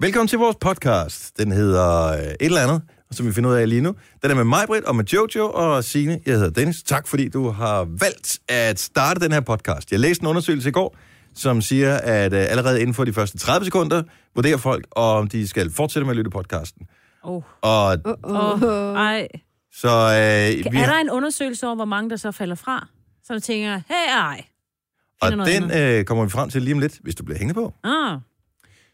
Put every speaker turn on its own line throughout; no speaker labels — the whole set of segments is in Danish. Velkommen til vores podcast. Den hedder øh, et eller andet, som vi finder ud af lige nu. Den er med mig, Britt, og med Jojo og Signe. Jeg hedder Dennis. Tak, fordi du har valgt at starte den her podcast. Jeg læste en undersøgelse i går, som siger, at øh, allerede inden for de første 30 sekunder, vurderer folk, om de skal fortsætte med at lytte podcasten.
Oh.
Og
Oh. Ej.
så... Øh,
Er der en undersøgelse over, hvor mange der så falder fra? Så du tænker, hey, ej.
og
finder noget
den øh, kommer vi frem til lige om lidt, hvis du bliver hængende på.
Ah,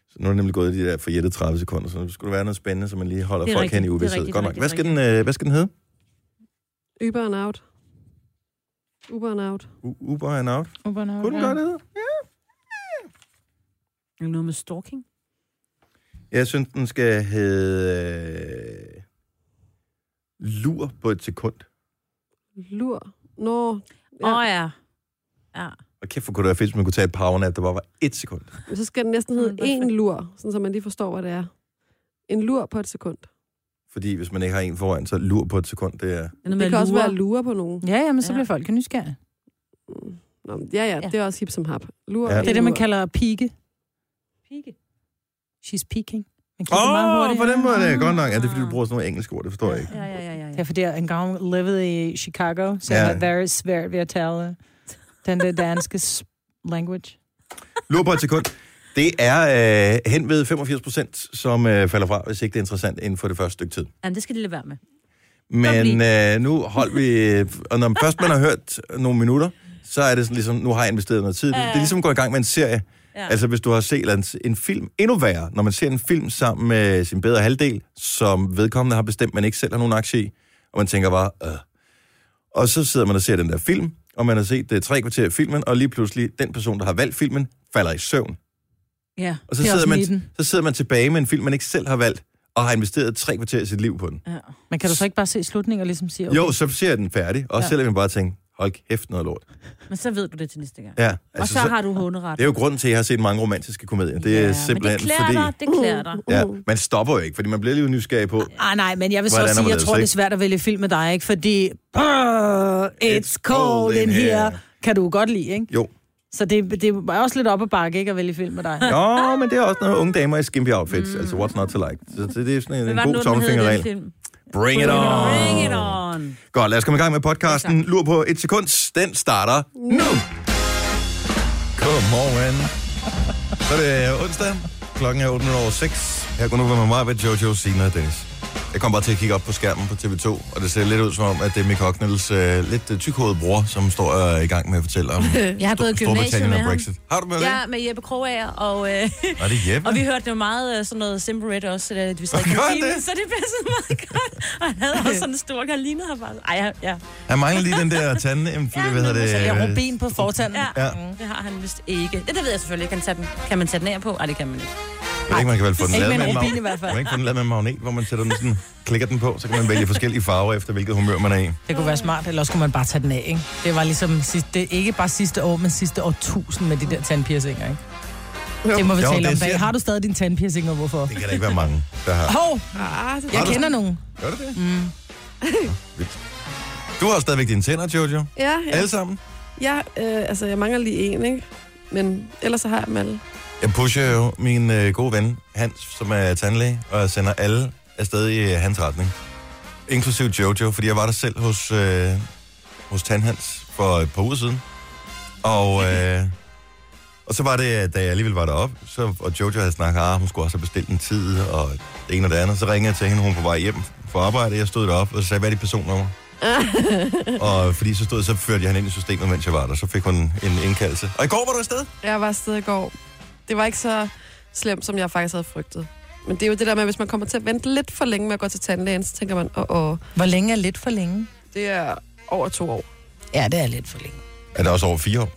Så nu er det nemlig gået de der forjættede 30 sekunder, så nu skulle der være noget spændende, så man lige holder
Det er
folk
rigtigt,
hen i
det er
uvidshed.
rigtigt,
Godt
det er
nok. Hvad skal,
rigtigt,
den, øh, hvad skal den hedde?
Uber and out. Uber and out.
U- Uber and Out?
Uber and
Kunne den gøre det?
er det noget med stalking?
Jeg synes, den skal hedde... Øh, lur på et sekund.
Lur. Nå,
Åh
Ja.
ja. Oh, ja. ja.
Og kæft, hvor kunne det være fedt, hvis man kunne tage et powernap, der bare var et sekund.
men så skal den næsten
Mm,
hedde
hvorfor?
en lur, sådan så man lige forstår, hvad det er. En lur på et sekund.
Fordi hvis man ikke har en foran, så lur på et sekund, det
Det,
er...
er noget
Det
med
kan
at
også
lure.
være lure på nogen.
Ja, ja, men så
Ja.
ja. bliver folk jo nysgerrige.
Mm. Nå, men ja, ja,
Ja.
det er også hip som hap. Lur.
Ja.
Ja.
Det er det, man kalder at pike. Pike? She's peaking. Man kigger meget
Åh,
hurtigt.
oh, på den måde er det godt nok. Ja, det er,
Ah.
fordi du bruger sådan nogle engelske ord, det forstår jeg ikke.
Ja, ja, ja, ja.
Ja,
ja.
fordi jeg engang levede i Chicago, så
Ja.
jeg var very svært ved at tale den der danske s- language.
Lur på et sekund. Det er øh, hen ved 85 procent, som øh, falder fra, hvis ikke det er interessant inden for det første stykke tid.
Jamen, det skal de lade være med.
Men øh, nu holdt vi... Og når først man har hørt nogle minutter, så er det sådan ligesom, nu har jeg investeret noget tid. Det er ligesom at gå i gang med en serie.
Ja.
Altså hvis du har set en, en film, endnu værre, når man ser en film sammen med sin bedre halvdel, som vedkommende har bestemt, man ikke selv har nogen aktie i, og man tænker bare, øh. Og så sidder man og ser den der film, og man har set det tre kvarter af filmen, og lige pludselig, den person, der har valgt filmen, falder i søvn.
ja.
Og så
Det er
sidder,
også
man,
myten.
så sidder man tilbage med en film, man ikke selv har valgt, og har investeret tre kvarter af sit liv på den.
ja.
Men kan du så ikke bare se slutningen og ligesom sige, okay,
Okay. Jo, så ser jeg den færdig, også ja.
Ja.
selvom jeg bare tænker, hold kæft noget lort.
Men så ved du det til næste gang. Ja,
Ja,
altså, og så,
så-
har du håneret.
Det er jo grunden til, at jeg har set mange romantiske komedier. Det er
ja,
simpelthen
men det klæder
fordi...
dig, det klæder dig.
Ja, man stopper jo ikke, fordi man bliver lige nysgerrig på...
Ah, nej, men jeg vil så
Hvordan er
også sige, jeg
hvorledes,
tror, det er
ikke?
svært at vælge film med dig, ikke? Fordi, "Brr, it's cold in here, kan du godt lide, ikke?
Jo.
Så det, det er også lidt op ad bakke, ikke, at vælge film med dig.
Nå, men det er også noget unge damer i skimpy outfits. Mm. Altså, what's not to like? Så det, det er sådan en, en
var det
god
nu, den hed, den
tommelfingerregel.
film?
Bring it on!
Bring it on.
Godt, lad os komme i gang med podcasten. Lur på et sekund. Den starter nu. Godmorgen. Så er det øh, onsdag. Klokken er 8 over 6. Her går nu med mig, ved Jojo, Sina og Dennis. Jeg kom bare til at kigge op på skærmen på TV2, og det ser lidt ud som om, at det er Mick Hocknells øh, lidt øh, tykhovede bror, som står øh, i gang med at fortælle om
Jeg har gået i gymnasiet
Storbritannien
med
og
ham.
Brexit. Har du med
Ja, med Jeppe Krogager, og, øh,
det? Er det Jeppe?
og vi hørte jo meget øh, sådan noget Simbaret også, at vi sad i
Gør han
kantinen,
det?
så det passede meget godt. Og han havde også sådan en stor karline her bare. Ej, ja, ja,
Han mangler lige den der tande, jamen, fordi,
Ja,
hvad
men altså, så
hedder
Jeg
det?
har
øh,
rubin på fortanden.
ja.
Ja.
ja. Mm, Det har han vist ikke. Det, det ved jeg selvfølgelig ikke. Kan, tage den, kan man tage den af på? Nej, det kan man ikke.
Jeg ved ikke, man kan vel få den
Ikke
lavet
med
med
en
en
rubin i hvert
magnet. Kan
fald.
man ikke få den lavet med en magnet, hvor man sætter den sådan, klikker den på, så kan man vælge forskellige farver efter, hvilket humør man er i.
Det kunne være smart, eller også kunne man bare tage den af, ikke? Det var ligesom sidste, ikke bare sidste år, men sidste år tusind med de der tandpiercinger, ikke? Det må vi
Jo,
tale om
det siger-
bag. Har du stadig din tandpiercing, og hvorfor?
Det kan der ikke være mange, der har.
Hov,
Ah, det,
jeg
Har du-
kender nogen.
Gør du det? Mm. Vildt. Du har stadigvæk dine tænder, Jojo.
ja, ja.
Alle sammen.
ja øh, altså, jeg mangler lige en, ikke? Men ellers så har jeg dem alle.
Jeg pusher jo min øh, gode ven, Hans, som er tandlæge, og jeg sender alle afsted i øh, hans retning. Inklusiv Jojo, fordi jeg var der selv hos, øh, hos Tandhans for et par uger siden. Og, øh, og så var det, da jeg alligevel var deroppe, så, og Jojo havde snakket, at ah, hun skulle også have bestilt en tid, og det ene og det andet. Så ringede jeg til hende, hun var på vej hjem fra arbejde, jeg stod deroppe, og så sagde, hvad er dit personnummer? og fordi så stod så førte jeg hende ind i systemet, mens jeg var der. Så fik hun en indkaldelse. Og i går var du afsted?
Jeg var afsted i går. Det var ikke så slemt, som jeg faktisk havde frygtet. Men det er jo det der med, at hvis man kommer til at vente lidt for længe med at gå til tandlægen, så tænker man, åh, åh,
Hvor længe er lidt for længe?
det er over to år.
Ja, det er lidt for længe.
Er det også over fire år?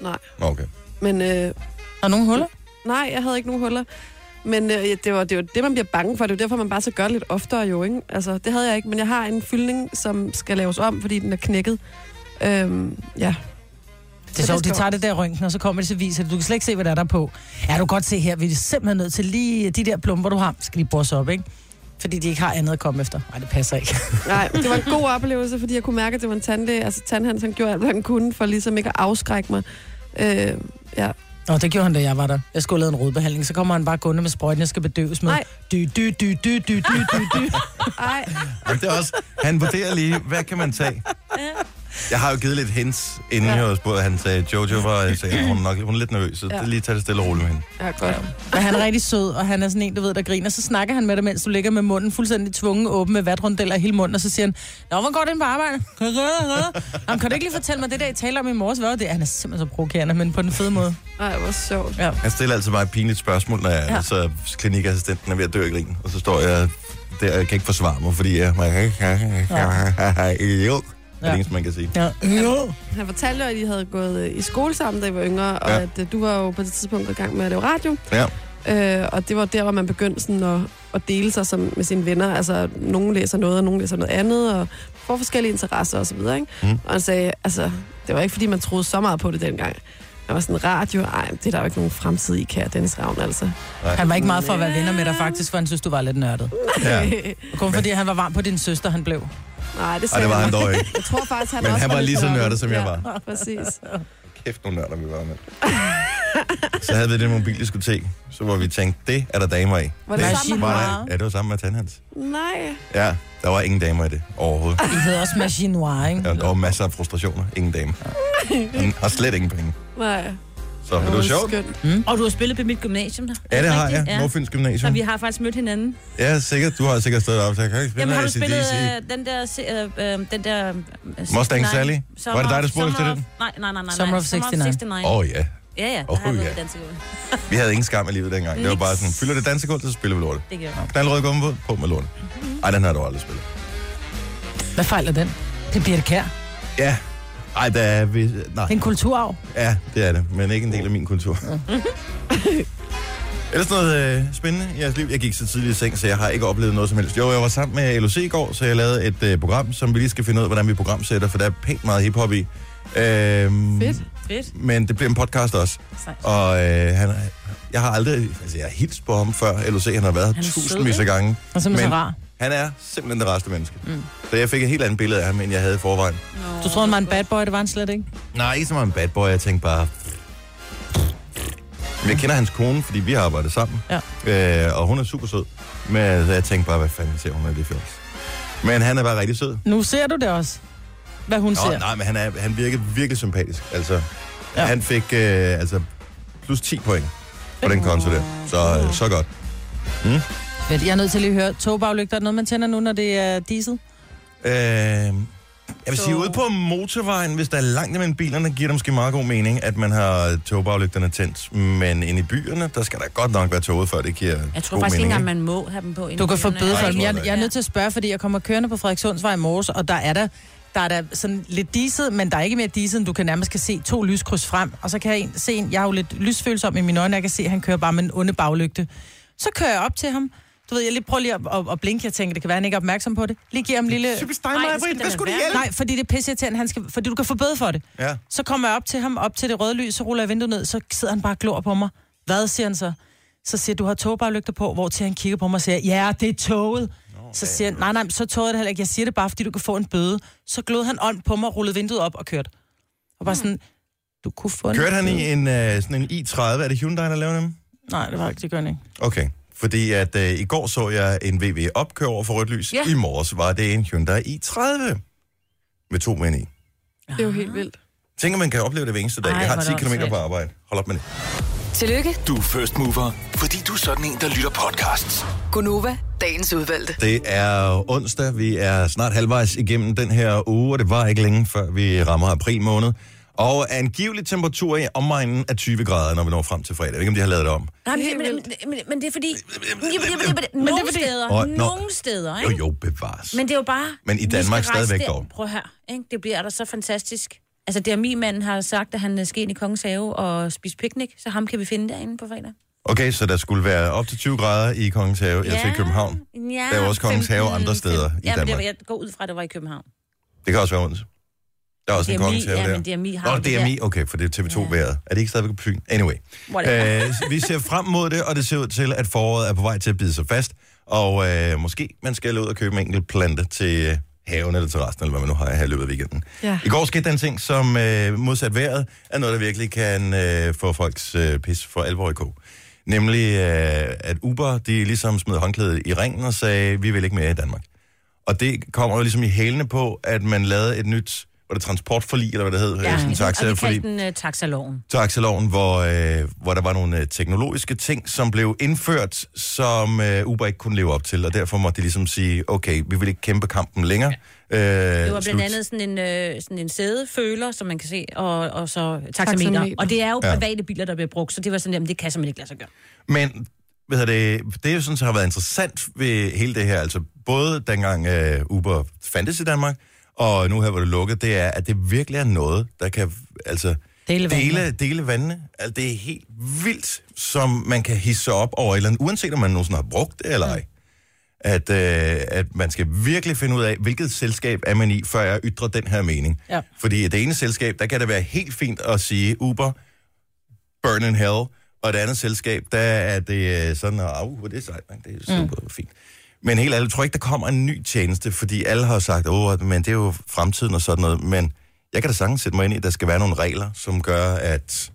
Nej.
Nå, Okay.
Men øh,
Har nogen huller?
nej, jeg havde ikke nogen huller. Men øh, ja, det, var, det var det, man bliver bange for. Det er jo derfor, man bare så gør det lidt oftere jo, ikke? Altså, det havde jeg ikke, men jeg har en fyldning, som skal laves om, fordi den er knækket. Øhm, ja.
Det er sjovt, de tager det der røntgen, og så kommer det til viser det. Du kan slet ikke se, hvad der er der på. Ja, du kan godt se her, vi er simpelthen nødt til lige de der plumper, du har, skal lige bores op, ikke? Fordi de ikke har andet at komme efter. Nej, det passer ikke.
Nej, det var en god oplevelse, fordi jeg kunne mærke, at det var en tandlæge. Altså, tandhans, han gjorde alt, hvad han kunne, for ligesom ikke at afskrække mig. Øh, ja,
Nå, det gjorde han, da jeg var der. Jeg skulle lave en rodbehandling, så kommer han bare gående med sprøjten, jeg skal bedøves med.
Nej.
Dy, dy, dy, dy, dy, dy, dy, dy.
Ej,
Jamen, det er også, han vurderer lige, hvad kan man tage? Jeg har jo givet lidt hints, inden ja. jeg var spurgt. Han sagde, Jojo var, jeg sagde, hun er nok hun er lidt nervøs, så
Ja.
ja. lige tag det stille og roligt med hende.
ja, godt.
Men han er rigtig sød, og han er sådan en, du ved, der griner. Så snakker han med dig, mens du ligger med munden fuldstændig tvungen åben med vatrundeller i hele munden, og så siger han, Nå, hvor går det ind på arbejde? Jamen, kan du ikke lige fortælle mig det der, I taler om i morges? Hvad var det? Han er simpelthen så provokerende, men på den fede måde.
Ej, hvor sjovt.
Ja.
Han stiller altid mig et pinligt spørgsmål, når jeg, ja. så klinikassistenten er ved at dø af grin. Og så står jeg der, og jeg kan ikke forsvare mig, fordi jeg... Jo, det er det eneste, man kan sige.
Ja. Jo.
Han fortalte jo, at I havde gået øh, i skole sammen, da I var yngre, og
Ja.
at øh, du var jo på det tidspunkt i gang med at lave radio.
Ja.
Øh, og det var der, hvor man begyndte sådan at, at dele sig som, med sine venner. Altså, nogen læser noget, og nogen læser noget andet, og får forskellige interesser osv. Ikke?
Mm.
Og han sagde, altså, det var ikke fordi, man troede så meget på det dengang. Jeg var sådan, radio, ej, det er der jo ikke nogen fremtid i, kære Dennis Ravn, altså.
Han var ikke meget for at være venner med dig, faktisk, for han synes, du var lidt nørdet.
ja.
Kun fordi han var varm på din søster, han blev.
Nej, det
Og
sagde
det var han
ikke.
dog ikke.
Jeg tror faktisk, han
Men
også
han var
lidt
lige så
forlokkende.
nørdet, som jeg
Ja, præcis.
Kæft, nogle nørder vi var med. Så havde vi det mobildiskotek, så hvor vi tænkte, det er der damer i.
Var det
det
sammen med
var
Noir?
Ja, det var sammen med Tandhans.
Nej.
Ja, der var ingen damer i det overhovedet.
I hed også Machine Noir, ikke?
Ja, der var masser af frustrationer. Ingen dame. Han har slet ingen penge.
Nej.
Så men det var sjovt.
skønt.
Og du har spillet på mit gymnasium der.
Ja, det har jeg.
Ja.
Nordfyns
Så
Gymnasium.
vi har faktisk mødt hinanden.
Ja, sikkert. Du har sikkert stået op. Så jeg kan ikke
Jamen,
spille
har
noget
du spillet
AC/DC.
øh, den der... se- Øh, øh, den der øh,
Mustang
69?
Sally? Var det dig,
Summer
der
of-
spurgte til
Summer
den?
of- Nej, nej, nej, nej.
Summer of 69.
Åh oh, ja.
Ja, ja, der
Oh,
har jeg
ja.
været dansk ud.
Vi havde ingen skam i livet dengang. Det var
Niks.
bare sådan, fylder det dansegulv, så spiller vi lort.
Det gjorde jeg.
Knaldrød gumbo, på med lort. Ej, den har du aldrig spillet.
Hvad fejler den? Det bliver det kær.
Ja. Ej, der er vi... Nej.
En kulturarv.
Ja, det er det, men ikke en del af min kultur. Ellers noget øh, spændende i jeres liv. Jeg gik så tidligt i seng, så jeg har ikke oplevet noget som helst. Jo, jeg var sammen med LOC i går, så jeg lavede et øh, program, som vi lige skal finde ud af, hvordan vi programsætter, for der er pænt meget hiphop i. Øhm,
Fedt.
Fedt.
Men det bliver en podcast også.
Sejt.
Og øh, han, jeg har aldrig... Altså, jeg har hilst på ham før. LOC, han har været her
Han er sød,
tusindvis af
ikke?
gange.
Og så er så
Men-
rar.
Han er simpelthen det rareste menneske. Mm. Så jeg fik et helt andet billede af ham, end jeg havde i forvejen.
Du troede, han var en bad boy, det var han slet ikke?
Nej, ikke så meget en bad boy. Jeg tænkte bare... Men jeg kender hans kone, fordi vi har arbejdet sammen. Ja. Øh, og hun er super sød. Men altså, jeg tænkte bare, hvad fanden ser hun af det fjols? Men han er bare rigtig sød.
Nu ser du det også, hvad hun
Nå,
ser.
nej, men han, er, han virkede virkelig sympatisk. Altså, ja.
Ja.
han fik øh, altså, plus 10 point på den konto der. Så, øh, så godt.
Fedt. Jeg er nødt til lige at høre, togbaglygter, er det noget, man tænder nu, når det er diesel?
Øh, jeg vil sige, ude på motorvejen, hvis der er langt imellem bilerne, giver det måske meget god mening, at man har togbaglygterne tændt. Men inde i byerne, der skal der godt nok være toget, før det giver
Jeg tror
god
faktisk ikke
mening.
engang, man må have dem på. inden
Du kan få
byen,
bøde
eller-
for
Nej,
dem.
jeg
Jeg,
tror det
jeg er nødt til at spørge, fordi jeg kommer kørende på Frederikssundsvej i morges, og der er der, der er der sådan lidt diset, men der er ikke mere diset, end du kan nærmest kan se to lyskryds frem. Og så kan jeg en, se en, jeg er jo lidt lysfølsom i mine øjne, jeg kan se, at han kører bare med en onde baglygte. Så kører jeg op til ham. Du ved, jeg lige prøver lige at, at, at blinke, jeg tænker, det kan være, han ikke er opmærksom på det. Lige giver ham en lille...
Typisk
Ej, det skal Britt. da Hvad skulle det være. hjælpe?
Nej, fordi det er pisse han skal, fordi du kan få bøde for det.
Ja.
Så kommer jeg op til ham, op til det røde lys, så ruller jeg vinduet ned, så sidder han bare og glor på mig. Hvad siger han så? Så siger jeg, du har togbaglygter på, hvor til han kigger på mig og siger, ja, det er toget. Så siger han, nej, nej, så er toget det heller ikke. Jeg siger det bare, fordi du kan få en bøde. Så glod han ånd på mig, rullede vinduet op og kørte. Og bare sådan, du kunne få en
Kørte han
bøde."
i en, øh, sådan en i30? Er det Hyundai, der laver dem?
Nej, det var ikke, det gør han ikke.
Okay. Fordi at øh, i går så jeg en VW opkøre over for rødt lys.
Ja.
I morges var det en Hyundai i30 med to mænd i.
Det er jo helt vildt.
Tænker, man kan opleve det hver eneste dag.
Ej,
jeg har
hvor
10
er det
km på
åndssvagt.
arbejde. Hold op med det.
Tillykke,
Du er first mover, fordi du er sådan en, der lytter podcasts.
Gunova, dagens udvalgte.
Det er onsdag. Vi er snart halvvejs igennem den her uge, og det var ikke længe, før vi rammer april måned. Og angivelig temperatur i omegnen af 20 grader, når vi når frem til fredag. Jeg ved ikke, om de har lavet det om.
Nej, men, men, men, men det er fordi... Nogle steder,
Åh, nå.
nogle steder,
Jo,
ikke?
jo, bevares.
Men det er jo bare...
Men i
vi
Danmark
skal rejse
stadigvæk
der.
dog.
Prøv at høre, ikke? det bliver der så fantastisk. Altså, det er min mand har sagt, at han skal ind i Kongens Have og spise picnic, så ham kan vi finde derinde på fredag.
Okay, så der skulle være op til 20 grader i Kongens Have, ja. altså i København.
Ja,
Der er jo også Kongens Have andre steder i
ja, men det,
Danmark.
var- jeg går ud fra, at det var i København.
Det kan også være Odense. Der er også en
DMI,
Kongens Have
ja,
der.
men DMI har
Nå,
jo det
DMI, okay, for det er TV2-vejret. Er det ikke stadigvæk på Fyn? Anyway.
Whatever.
Øh, vi ser frem mod det, og det ser ud til, at foråret er på vej til at bide sig fast. Og øh, måske man skal ud og købe en enkelt plante til øh, haven eller terrassen, eller hvad man nu har her i løbet af weekenden.
Ja.
I går skete den ting, som øh, modsat vejret, er noget, der virkelig kan øh, få folks øh, pis for alvor i kog. Nemlig, øh, at Uber, de ligesom smed håndklædet i ringen og sagde, vi vil ikke mere i Danmark. Og det kommer jo ligesom i hælene på, at man lavede et nyt, var det transportforlig, eller hvad det hed, ja, sådan en taxa,
og vi
fordi
kaldte den uh, taxaloven.
taxaloven, hvor, øh, hvor der var nogle øh, teknologiske ting, som blev indført, som øh, Uber ikke kunne leve op til, og derfor måtte de ligesom sige, okay, vi vil ikke kæmpe kampen længere. Øh,
Det var blandt andet sådan en, øh, sådan en sædeføler, som man kan se, og, og så taxameter.
Taxameter.
Og det er jo
Ja.
ja. private biler, der bliver brugt, så det var sådan, jamen det kan simpelthen ikke lade sig gøre.
Men hvad hedder det, det, jeg synes har været interessant ved hele det her, altså både dengang øh, Uber fandtes i Danmark, og nu her, hvor det er lukket, det er, at det virkelig er noget, der kan altså,
Dele vandene.
dele, dele vandene. Altså, det er helt vildt, som man kan hisse sig op over et eller andet, uanset om man nogensinde har brugt det eller ej. At, øh, at man skal virkelig finde ud af, hvilket selskab er man i, før jeg ytrer den her mening.
Ja.
Fordi i det ene selskab, der kan det være helt fint at sige Uber, Burn in Hell, og et andet selskab, der er det øh, sådan, at au, hvor er det er sejt, man. det er super mm. fint. Men helt ærligt, jeg tror ikke, der kommer en ny tjeneste, fordi alle har sagt, åh, men det er jo fremtiden og sådan noget, men jeg kan da sagtens sætte mig ind i, at der skal være nogle regler, som gør, at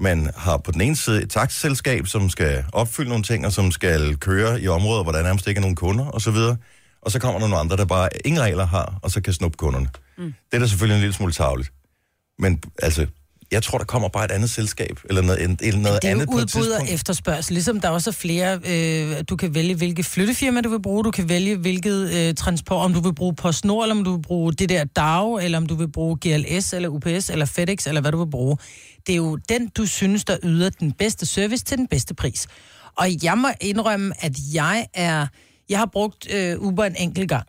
man har på den ene side et taxaselskab, som skal opfylde nogle ting, og som skal køre i områder, hvor der nærmest ikke er nogen kunder osv., og, så videre. og så kommer der nogle andre, der bare ingen regler har, og så kan snuppe kunderne. Mm. Det er da selvfølgelig en lille smule tavligt. Men altså, jeg tror, der kommer bare et andet selskab, eller noget, en- eller noget
det er jo
andet på et
udbud og
tidspunkt.
efterspørgsel, ligesom der også er flere, øh, du kan vælge, hvilke flyttefirma du vil bruge, du kan vælge, hvilket øh, transport, om du vil bruge PostNord, eller om du vil bruge det der DAG, eller om du vil bruge GLS, eller UPS, eller FedEx, eller hvad du vil bruge. Det er jo den, du synes, der yder den bedste service til den bedste pris. Og jeg må indrømme, at jeg er, jeg har brugt øh, Uber en enkelt gang.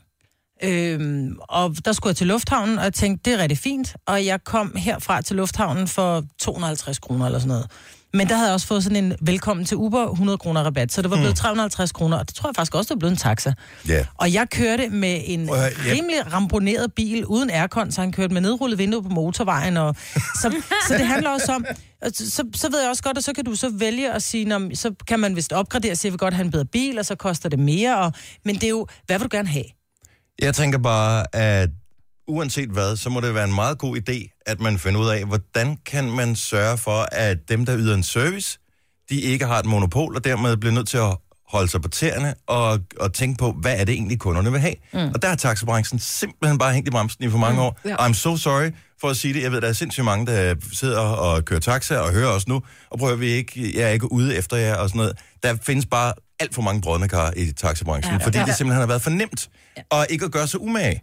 Øhm, og der skulle jeg til lufthavnen, og jeg tænkte, det er rigtig fint. Og jeg kom herfra til lufthavnen for 250 kroner eller sådan noget. Men der havde jeg også fået sådan en velkommen til Uber 100 kroner rabat, så det var
Mm.
blevet 350 kroner, og det tror jeg faktisk også, det var blevet en taxa.
Ja.
Og jeg kørte med en
Prøv at høre, jeg-
rimelig ramponeret bil uden aircon, så han kørte med nedrullet vindue på motorvejen. Og, så, så det handler også om, at så, så ved jeg også godt, at så kan du så vælge at sige, "Nå, men så kan man vist opgradere, så jeg vil godt have en bedre bil, og så koster det mere. Og, men det er jo, hvad vil du gerne have?
Jeg tænker bare, at uanset hvad, så må det være en meget god idé, at man finder ud af, hvordan kan man sørge for, at dem, der yder en service, de ikke har et monopol, og dermed bliver nødt til at holde sig på tæerne og, og tænke på, hvad er det egentlig, kunderne vil have. Mm. Og der har taxabranchen simpelthen bare hængt i bremsen i for mange mm. år.
ja.
Yeah. I'm so sorry for at sige det. Jeg ved, der er sindssygt mange, der sidder og kører taxa og hører os nu, og prøver vi ikke, jeg er ikke ude efter jer og sådan noget. Der findes bare alt for mange brødne kar i taxabranchen, ja. fordi det simpelthen har været for nemt, og ikke at gøre sig umage.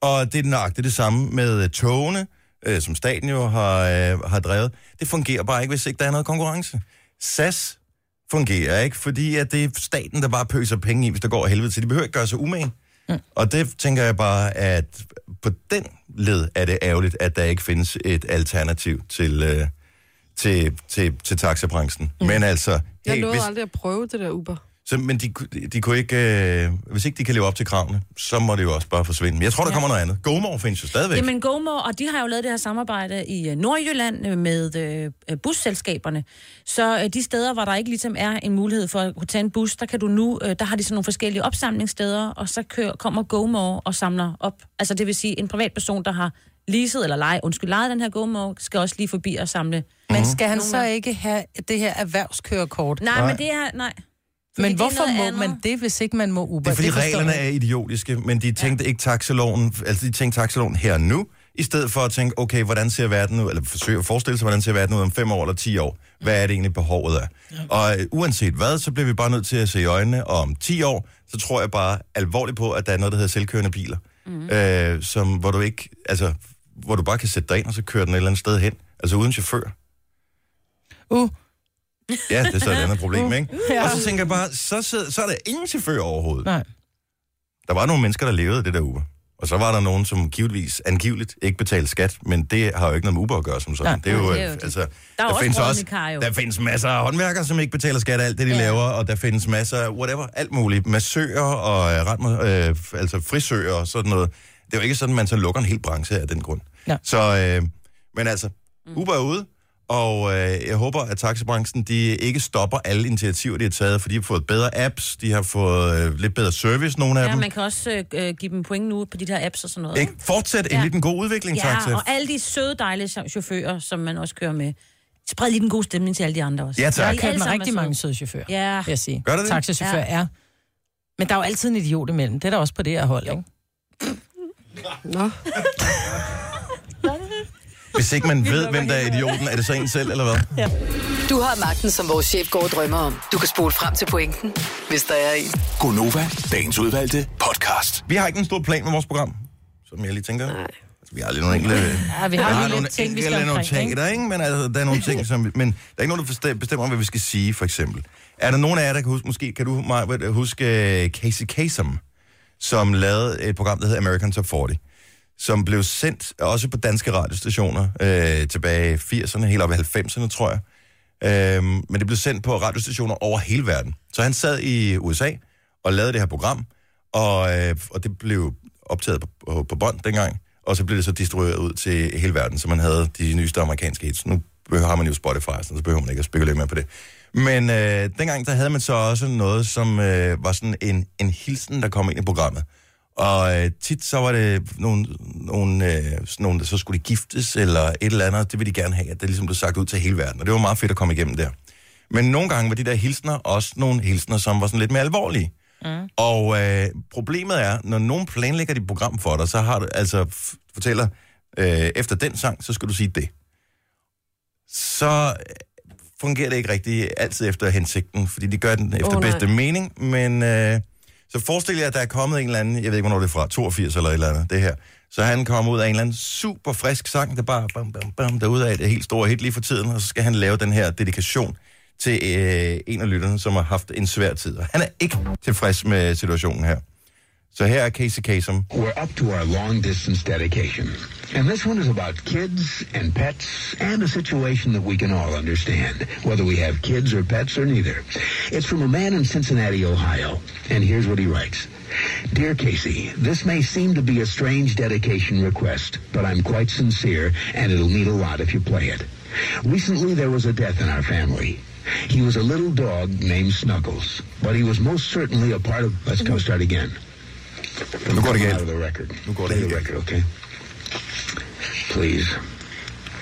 Og det er nøjagtigt det samme med øh, togene, øh, som staten jo har, øh, har drevet. Det fungerer bare ikke, hvis ikke der er noget konkurrence. SAS fungerer ikke, fordi at det er staten, der bare pøser penge i, hvis der går af helvede til. De behøver ikke gøre sig umage. Mm. Og det tænker jeg bare, at på den led er det ærgerligt, at der ikke findes et alternativ til, øh, til, til, til taxabranchen. Mm. Men altså,
Jeg
hey,
nåede
hvis,
aldrig at prøve det der Uber.
så, men de, ku- de kunne ikke, øh, hvis ikke de kan leve op til kravene, så må det jo også bare forsvinde. Men jeg tror, der kommer noget andet. GoMore findes jo stadigvæk.
Jamen GoMore, og de har jo lavet det her samarbejde i øh, Nordjylland øh, med øh, øh, busselskaberne. Så øh, de steder, hvor der ikke ligesom er en mulighed for at kunne tage en bus, der kan du nu, øh, der har de sådan nogle forskellige opsamlingssteder, og så kører, kommer GoMore og samler op. Altså det vil sige, en privatperson, der har leaset eller lejet, undskyld, lejet den her GoMore, skal også lige forbi og samle.
Mhm.
Men skal han så ikke have det her erhvervskørekort?
Nej, nej. men det her, nej. Fordi
Men
det er
hvorfor
noget
må
andet.
man det, hvis ikke man må Uber?
Det er fordi det
forstår
reglerne
jeg
er idiotiske, men de tænkte ja. ikke taxaloven, altså de tænkte taxaloven her og nu, i stedet for at tænke, okay, hvordan ser verden ud, eller forsøge at forestille sig, hvordan ser verden ud om fem år eller ti år. Hvad er det egentlig behovet er? Og øh, uanset hvad, så bliver vi bare nødt til at se i øjnene, og om 10 år, så tror jeg bare alvorligt på, at der er noget, der hedder selvkørende biler. Mm. Øh, som, hvor du ikke, altså, hvor du bare kan sætte dig ind, og så kører den et eller andet sted hen. Altså uden chauffør.
ikke. Uh,
Ja, det er så et andet problem, ikke?
Ja.
Og så tænker jeg bare, så, sidder, så er der ingen chauffør overhovedet.
nej.
Der var nogle mennesker, der levede af det der Uber. Og så var der nogen, som givetvis, angiveligt ikke betalte skat, men det har jo ikke noget med Uber at gøre som sådan.
Nej,
det er
øh,
jo,
det er jo det.
altså,
er også
findes
brodne kar, jo.
der findes masser af håndværkere, som ikke betaler skat af alt det, de ja. laver, og der findes masser af whatever, alt muligt. Massører og øh, ret, mig, øh, f- altså frisører og sådan noget. Det er jo ikke sådan, man så lukker en hel branche af den grund.
Nej.
Så, øh, men altså, Uber er ude, Og øh, jeg håber, at taxabranchen de ikke stopper alle initiativer, de har taget, for de har fået bedre apps, de har fået øh, lidt bedre service, nogle af
Ja,
dem.
man kan også øh, øh, give dem point nu på de der apps og sådan noget.
Ikke? Fortsæt ja.
Ja.
en den gode udvikling, ja,
Ja,
taxa.
og alle de søde, dejlige cha- chauffører, som man også kører med. Spred lige den gode stemning til alle de andre også.
Ja, tak.
Ja,
Jeg har
I
kørt
alle
med
sammen
rigtig
er søde.
mange søde chauffører, ja.
Ja,
vil jeg sige.
Gør der det?
Taxachauffører ja. er. Men der er jo altid en idiot imellem. Det er der også på det her hold, ikke?
Nå.
Hvis ikke man ved, hvem der er idioten, er det så en selv, eller hvad?
Du har magten, som vores chef går og drømmer om. Du kan spole frem til pointen, hvis der er en.
Gonova, dagens udvalgte podcast.
Vi har ikke en stor plan med vores program, som jeg lige tænker. Nej. Altså, vi har lige nogle enkelte...
Ja, vi
Der
har
er
lige
nogle
lidt ting, vi skal
enkelte nogle
omkring,
ting,
ikke?
der er ingen, men altså, der er nogle ting, som... vi- Men der er ikke nogen, der forste- bestemmer, hvad vi skal sige, for eksempel. Er der nogen af jer, der kan huske... Måske kan du Maja, huske øh, Casey Kasem, som lavede et program, der hedder American Top 40, som blev sendt også på danske radiostationer øh, tilbage i 80'erne, helt op i 90'erne, tror jeg. Øhm, men det blev sendt på radiostationer over hele verden. Så han sad i USA og lavede det her program, og, øh, og det blev optaget på, på, på bånd dengang, og så blev det så distribueret ud til hele verden, så man havde de nyeste amerikanske hits. Nu behøver har man jo Spotify, sådan, så behøver man ikke at spekulere mere på det. Men øh, dengang, der havde man så også noget, som øh, var sådan en, en hilsen, der kom ind i programmet. Og øh, tit så var det nogle, nogle, øh, sådan nogle, der så skulle de giftes eller et eller andet. Det ville de gerne have, at det ligesom blev sagt ud til hele verden. Og det var meget fedt at komme igennem der. Men nogle gange var de der hilsner også nogle hilsner, som var sådan lidt mere alvorlige. Mm. Og øh, problemet er, når nogen planlægger dit program for dig, så har du altså f- fortæller, øh, efter den sang, så skal du sige det. Så øh, fungerer det ikke rigtig altid efter hensigten, fordi de gør den efter
Åh,
oh,
nej.
bedste mening, men... Øh, så forestil jer, at der er kommet en eller anden, jeg ved ikke, hvornår det er fra, 82 eller et eller andet, det her. Så han kommer ud af en eller anden super frisk sang, der bare bam, bam, bam, derude af det helt store hit lige for tiden, og så skal han lave den her dedikation til øh, en af lytterne, som har haft en svær tid. Og han er ikke tilfreds med situationen her. Så her er Casey Kasem.
We're up to our long distance dedication. And this one is about kids and pets and a situation that we can all understand, whether we have kids or pets or neither. It's from a man in Cincinnati, Ohio. And here's what he writes. Dear Casey, this may seem to be a strange dedication request, but I'm quite sincere and it'll mean a lot if you play it. Recently there was a death in our family. He was a little dog named Snuggles, but he was most certainly a part of... Let's go start again.
Nu går
Out
det
of
galt.
the record.
Nu går det
Play
helt
the
galt.
record, okay? Please.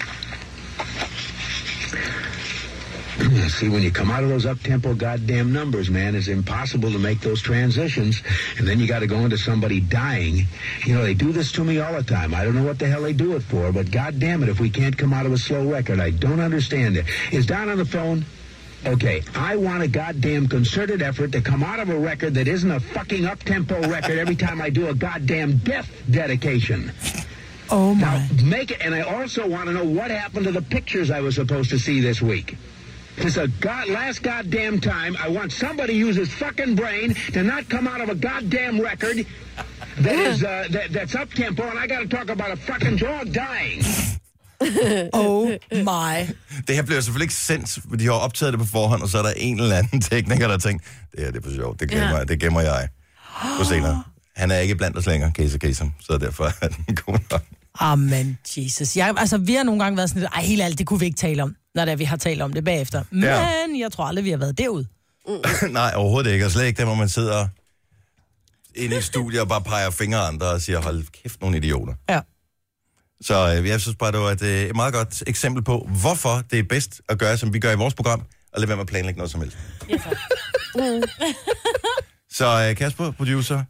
See, when you come out of those up-tempo goddamn numbers, man, it's impossible to make those transitions. And then you got to go into somebody dying. You know, they do this to me all the time. I don't know what the hell they do it for, but goddamn it, if we can't come out of a slow record, I don't understand it. Is Don on the phone? Okay, I want a goddamn concerted effort to come out of a record that isn't a fucking up-tempo record every time I do a goddamn death dedication.
Oh my.
Now, make it, and I also want to know what happened to the pictures I was supposed to see this week. It's a god, last goddamn time. I want somebody to use his fucking brain to not come out of a goddamn record that is uh, that, that's up tempo, and I got to talk about a fucking dog dying.
Oh my.
Det her bliver selvfølgelig ikke sendt, for de har optaget det på forhånd, og så er der en eller anden tekniker, der har tænkt, det her det er for sjovt, det gemmer, ja. det gemmer jeg på senere. Han er ikke blandt os længere, Casey Kasem, så derfor er den god nok.
Amen, Ah, Jesus. Jeg, altså, vi har nogle gange været sådan lidt, ej, helt alt, det kunne vi ikke tale om, når det er, vi har talt om det bagefter. Men
Ja.
jeg tror aldrig, vi har været derude.
Nej, overhovedet ikke. Og slet ikke der, hvor man sidder inde i et studie og bare peger fingre af andre og siger, hold kæft, nogle idioter.
Ja.
Så øh, jeg synes bare, det var et, øh, et meget godt eksempel på, hvorfor det er bedst at gøre, som vi gør i vores program, og lade være med at planlægge noget som helst.
Uh.
så øh, Kasper, producer,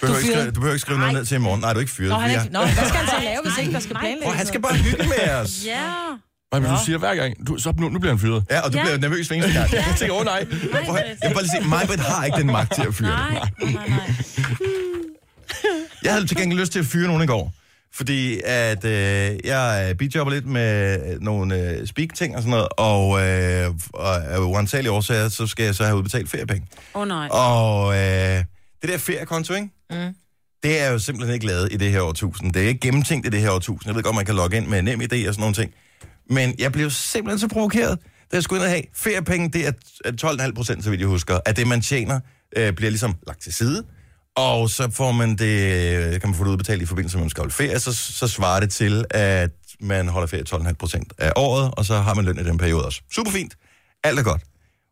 behøver ikke,
fyret.
skrive, du behøver ikke skrive noget ned til i morgen. Nej, du er ikke fyret.
Nå, han
vi
er
er-
ikke, nå, hvad skal han så lave, hvis ikke der skal
Nej,
planlægge
Åh, han skal
noget?
bare hygge med os.
Ja.
Nej, men du siger hver gang, du, så nu, nu bliver han fyret.
Ja, og du ja.
Ja.
bliver nervøs hver eneste gang.
Jeg tænker, åh oh, nej.
Prøv at- Jeg vil bare lige sige, Majbrit har ikke den magt til at fyre.
Nej, nej, nej.
Jeg havde til gengæld lyst til at fyre nogen i går, fordi at øh, jeg øh, bidjobber lidt med øh, nogle øh, speak-ting og sådan noget, og, øh, og af uansagelige årsager, så skal jeg så have udbetalt feriepenge.
Åh, oh, nej.
Og øh, det der feriekonto, ikke? Mm. Det er jo simpelthen ikke lavet i det her årtusind. Det er ikke gennemtænkt i det her årtusind. Jeg ved godt, man kan logge ind med nem idé og sådan nogle ting. Men jeg blev simpelthen så provokeret, da jeg skulle ind og have feriepenge. Det er t- er 12,5 procent, så vidt jeg husker, at det, man tjener, øh, bliver ligesom lagt til side. Og så får man det, øh, kan man få det udbetalt i forbindelse med, at man skal holde ferie, så, så svarer det til, at man holder ferie 12,5 procent af året, og så har man løn i den periode også. Super fint. Alt er godt.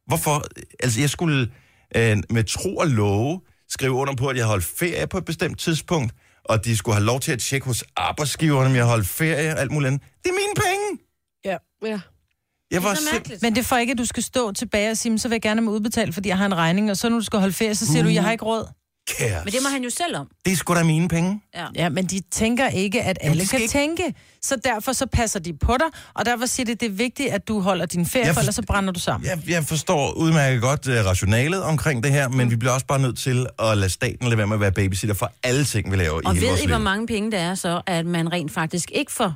Hvorfor? Altså, jeg skulle øh, med tro og love skrive under på, at jeg holdt ferie på et bestemt tidspunkt, og de skulle have lov til at tjekke hos arbejdsgiverne, om jeg holdt ferie og alt muligt andet. Det er mine penge!
Ja.
ja.
Jeg var
så
selv...
mærkeligt.
Men det får ikke, at du skal stå tilbage og sige, "Men så vil jeg gerne have mig udbetalt, fordi jeg har en regning, og så når du skal holde ferie, så siger du, jeg har ikke råd.
Kære.
Men det må han jo selv om.
Det er sgu da mine penge.
Ja.
Ja, men de tænker ikke, at alle
de skal
kan
ikke-
ikke... tænke. Så derfor så passer de på dig, og derfor siger det, det er vigtigt, at du holder din ferie, for
Jeg for-
ellers så brænder du sammen.
Jeg, jeg forstår udmærket godt uh, rationalet omkring det her,
Mm.
men vi bliver også bare nødt til at lade staten lade være med at være babysitter for alle ting, vi laver
Og
i hele
ved
vores
I,
liv.
hvor mange penge det er så, at man rent faktisk ikke får,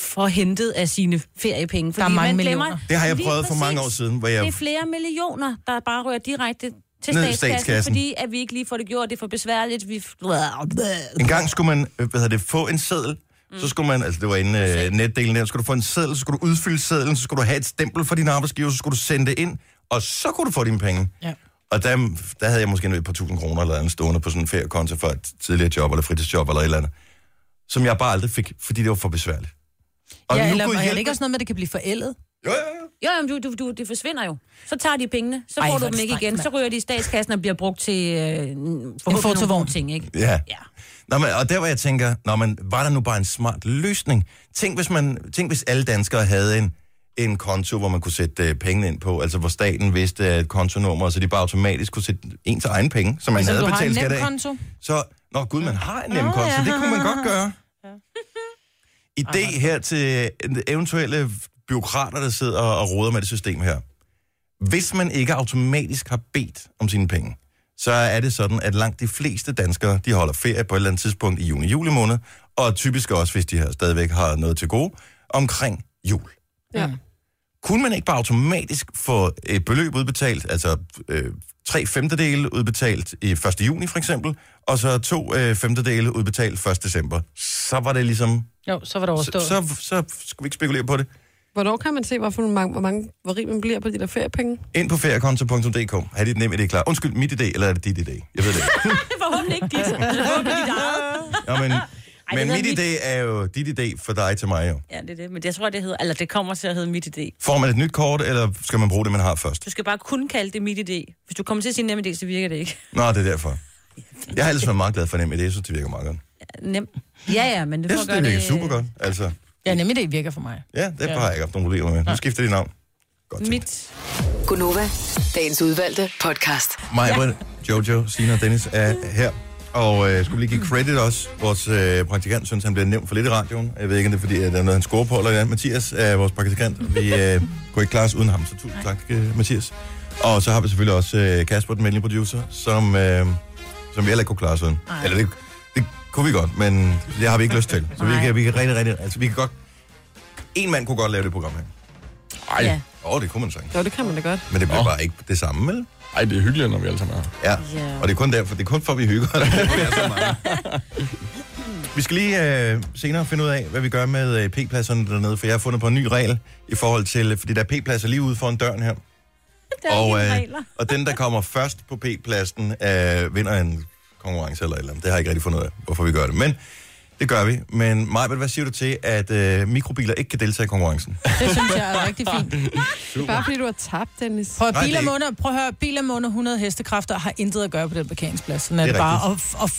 får hentet af sine feriepenge? Fordi
er mange
man glemmer,
millioner.
Det har jeg
Lige
prøvet for mange år
præcis.
siden, hvor
Det er
jeg...
flere millioner, der bare rører direkte til
Ned i
statskassen,
statskassen.
statskassen, fordi at vi ikke lige får det gjort, det er for besværligt. Vi...
En gang skulle man, øh, hvad hedder det, få en seddel, så skulle man, altså det var inde øh, netdelen der, så skulle du få en seddel, så skulle du udfylde sedlen, så skulle du have et stempel fra din arbejdsgiver, så skulle du sende det ind, og så kunne du få dine penge.
Ja.
Og der, der havde jeg måske et par tusind kroner eller andet stående på sådan en feriekonto for et tidligere job eller fritidsjob eller et eller andet, som jeg bare aldrig fik, fordi det var for besværligt. Og
ja,
nu
eller, og
kunne I
er det
hjælpe-
ikke også noget med, at det kan blive forældet?
Jo, jo, jo.
Jo, jamen, du, du, du, det forsvinder jo. Så tager de pengene, så
Ej,
får
hvor
du
er
dem
det
ikke
strengt,
igen,
mand.
så rører de i statskassen og bliver brugt til øh, en
fotovogn.
ting, ikke?
Ja.
Ja.
Nå, men, og der hvor jeg tænker, nå, men, var der nu bare en smart løsning? Tænk hvis, man, tænk, hvis alle danskere havde en, en konto, hvor man kunne sætte øh, pengene ind på, altså hvor staten vidste øh, et kontonummer, så de bare automatisk kunne sætte ens egen penge, som man
Ligesom
havde
du har en
betalt skat af.
nemkonto.
Så, nå gud, man har en nemkonto, ja. det kunne man godt gøre. Ja. Idé her til eventuelle byråkrater, der sidder og roder med det system her. Hvis man ikke automatisk har bedt om sine penge, så er det sådan, at langt de fleste danskere, de holder ferie på et eller andet tidspunkt i juni-juli måned, og typisk også, hvis de her stadigvæk har noget til gode, omkring jul.
Ja.
Kunne man ikke bare automatisk få et beløb udbetalt, altså øh, tre femtedele udbetalt i 1. juni for eksempel, og så to øh, femtedele udbetalt 1. december? Så var det ligesom...
Jo, så var det
Så,
overstået. Så,
så, så skal vi ikke spekulere på det.
Hvornår kan man se, hvorfor mange, hvor, mange, hvor rig man bliver på de der feriepenge?
Ind på feriekonto.dk. Har dit nem idé klar? Undskyld, mit idé, eller er det dit idé? Jeg ved det ikke.
Forhåbentlig ikke de, så forhåbentlig dit eget.
Nå, men, men
hedder
mit
mit.
idé er jo dit idé for dig til mig jo.
Ja, det er det. Men jeg tror, det hedder, eller det kommer til at hedde mit idé.
Får man et nyt kort, eller skal man bruge det, man har først?
Du skal bare kun kalde det mit idé. Hvis du kommer til at sige nem idé, så virker det ikke.
Nå, det er derfor. Jeg har ellers været meget glad for nem idé, jeg synes, det virker meget godt.
Nem. Ja, ja, men det
Jeg
får
synes, det virker super godt. Altså,
ja, nemlig det virker for mig.
ja, det har jeg ikke haft nogen problemer med. Nu skifter de navn. Godt tænkt.
Mit.
Gunova, dagens udvalgte podcast.
Maja, ja. Jojo, Sina og Dennis er her. Og øh, skulle lige give credit også. Vores øh, praktikant synes, han bliver nævnt for lidt i radioen. Jeg ved ikke, om det er, fordi at der er noget, han scorer på eller andet. Mathias er vores praktikant. Vi øh, kunne ikke klare os uden ham, så tusind tak, øh, Mathias. Og så har vi selvfølgelig også øh, Kasper, den venlige producer, som, øh, som vi heller ikke kunne klare os uden.
Nej.
Eller det, det kunne vi godt, men det har vi ikke lyst til. Så vi
Nej.
kan, vi kan rigtig, rigtig... Altså, vi kan godt... En mand kunne godt lave det program her.
Ej,
Ja.
Åh, oh, det kunne man sagtens.
Jo, det kan man da godt.
Men det bliver
Nå.
bare ikke det samme, vel?
ej, det er hyggeligt, når vi alle sammen er her.
Ja.
Ja.
Og det er kun derfor, det er kun for, at vi hygger os. Det er så mange. Vi skal lige øh, senere finde ud af, hvad vi gør med øh, P-pladserne dernede, for jeg har fundet på en ny regel i forhold til, fordi der er P-pladser lige ude foran døren her.
Der er
og, øh,
øh,
ingen regler.
og den, der kommer først på P-pladsen, øh, vinder en konkurrence eller et eller andet. Det har jeg ikke rigtig fundet ud af, hvorfor vi gør det. Men det gør vi. Men Maja, hvad siger du til, at øh, mikrobiler ikke kan deltage i konkurrencen?
Det synes jeg er rigtig fint.
Det er bare fordi, du har tabt, Dennis.
Prøv at
Nej, det er
biler
ikke-
måneder, prøv at høre, biler måneder 100 hestekræfter og har intet at gøre på den parkeringsplads. Sådan er
Det
det,
er
bare. Og, og,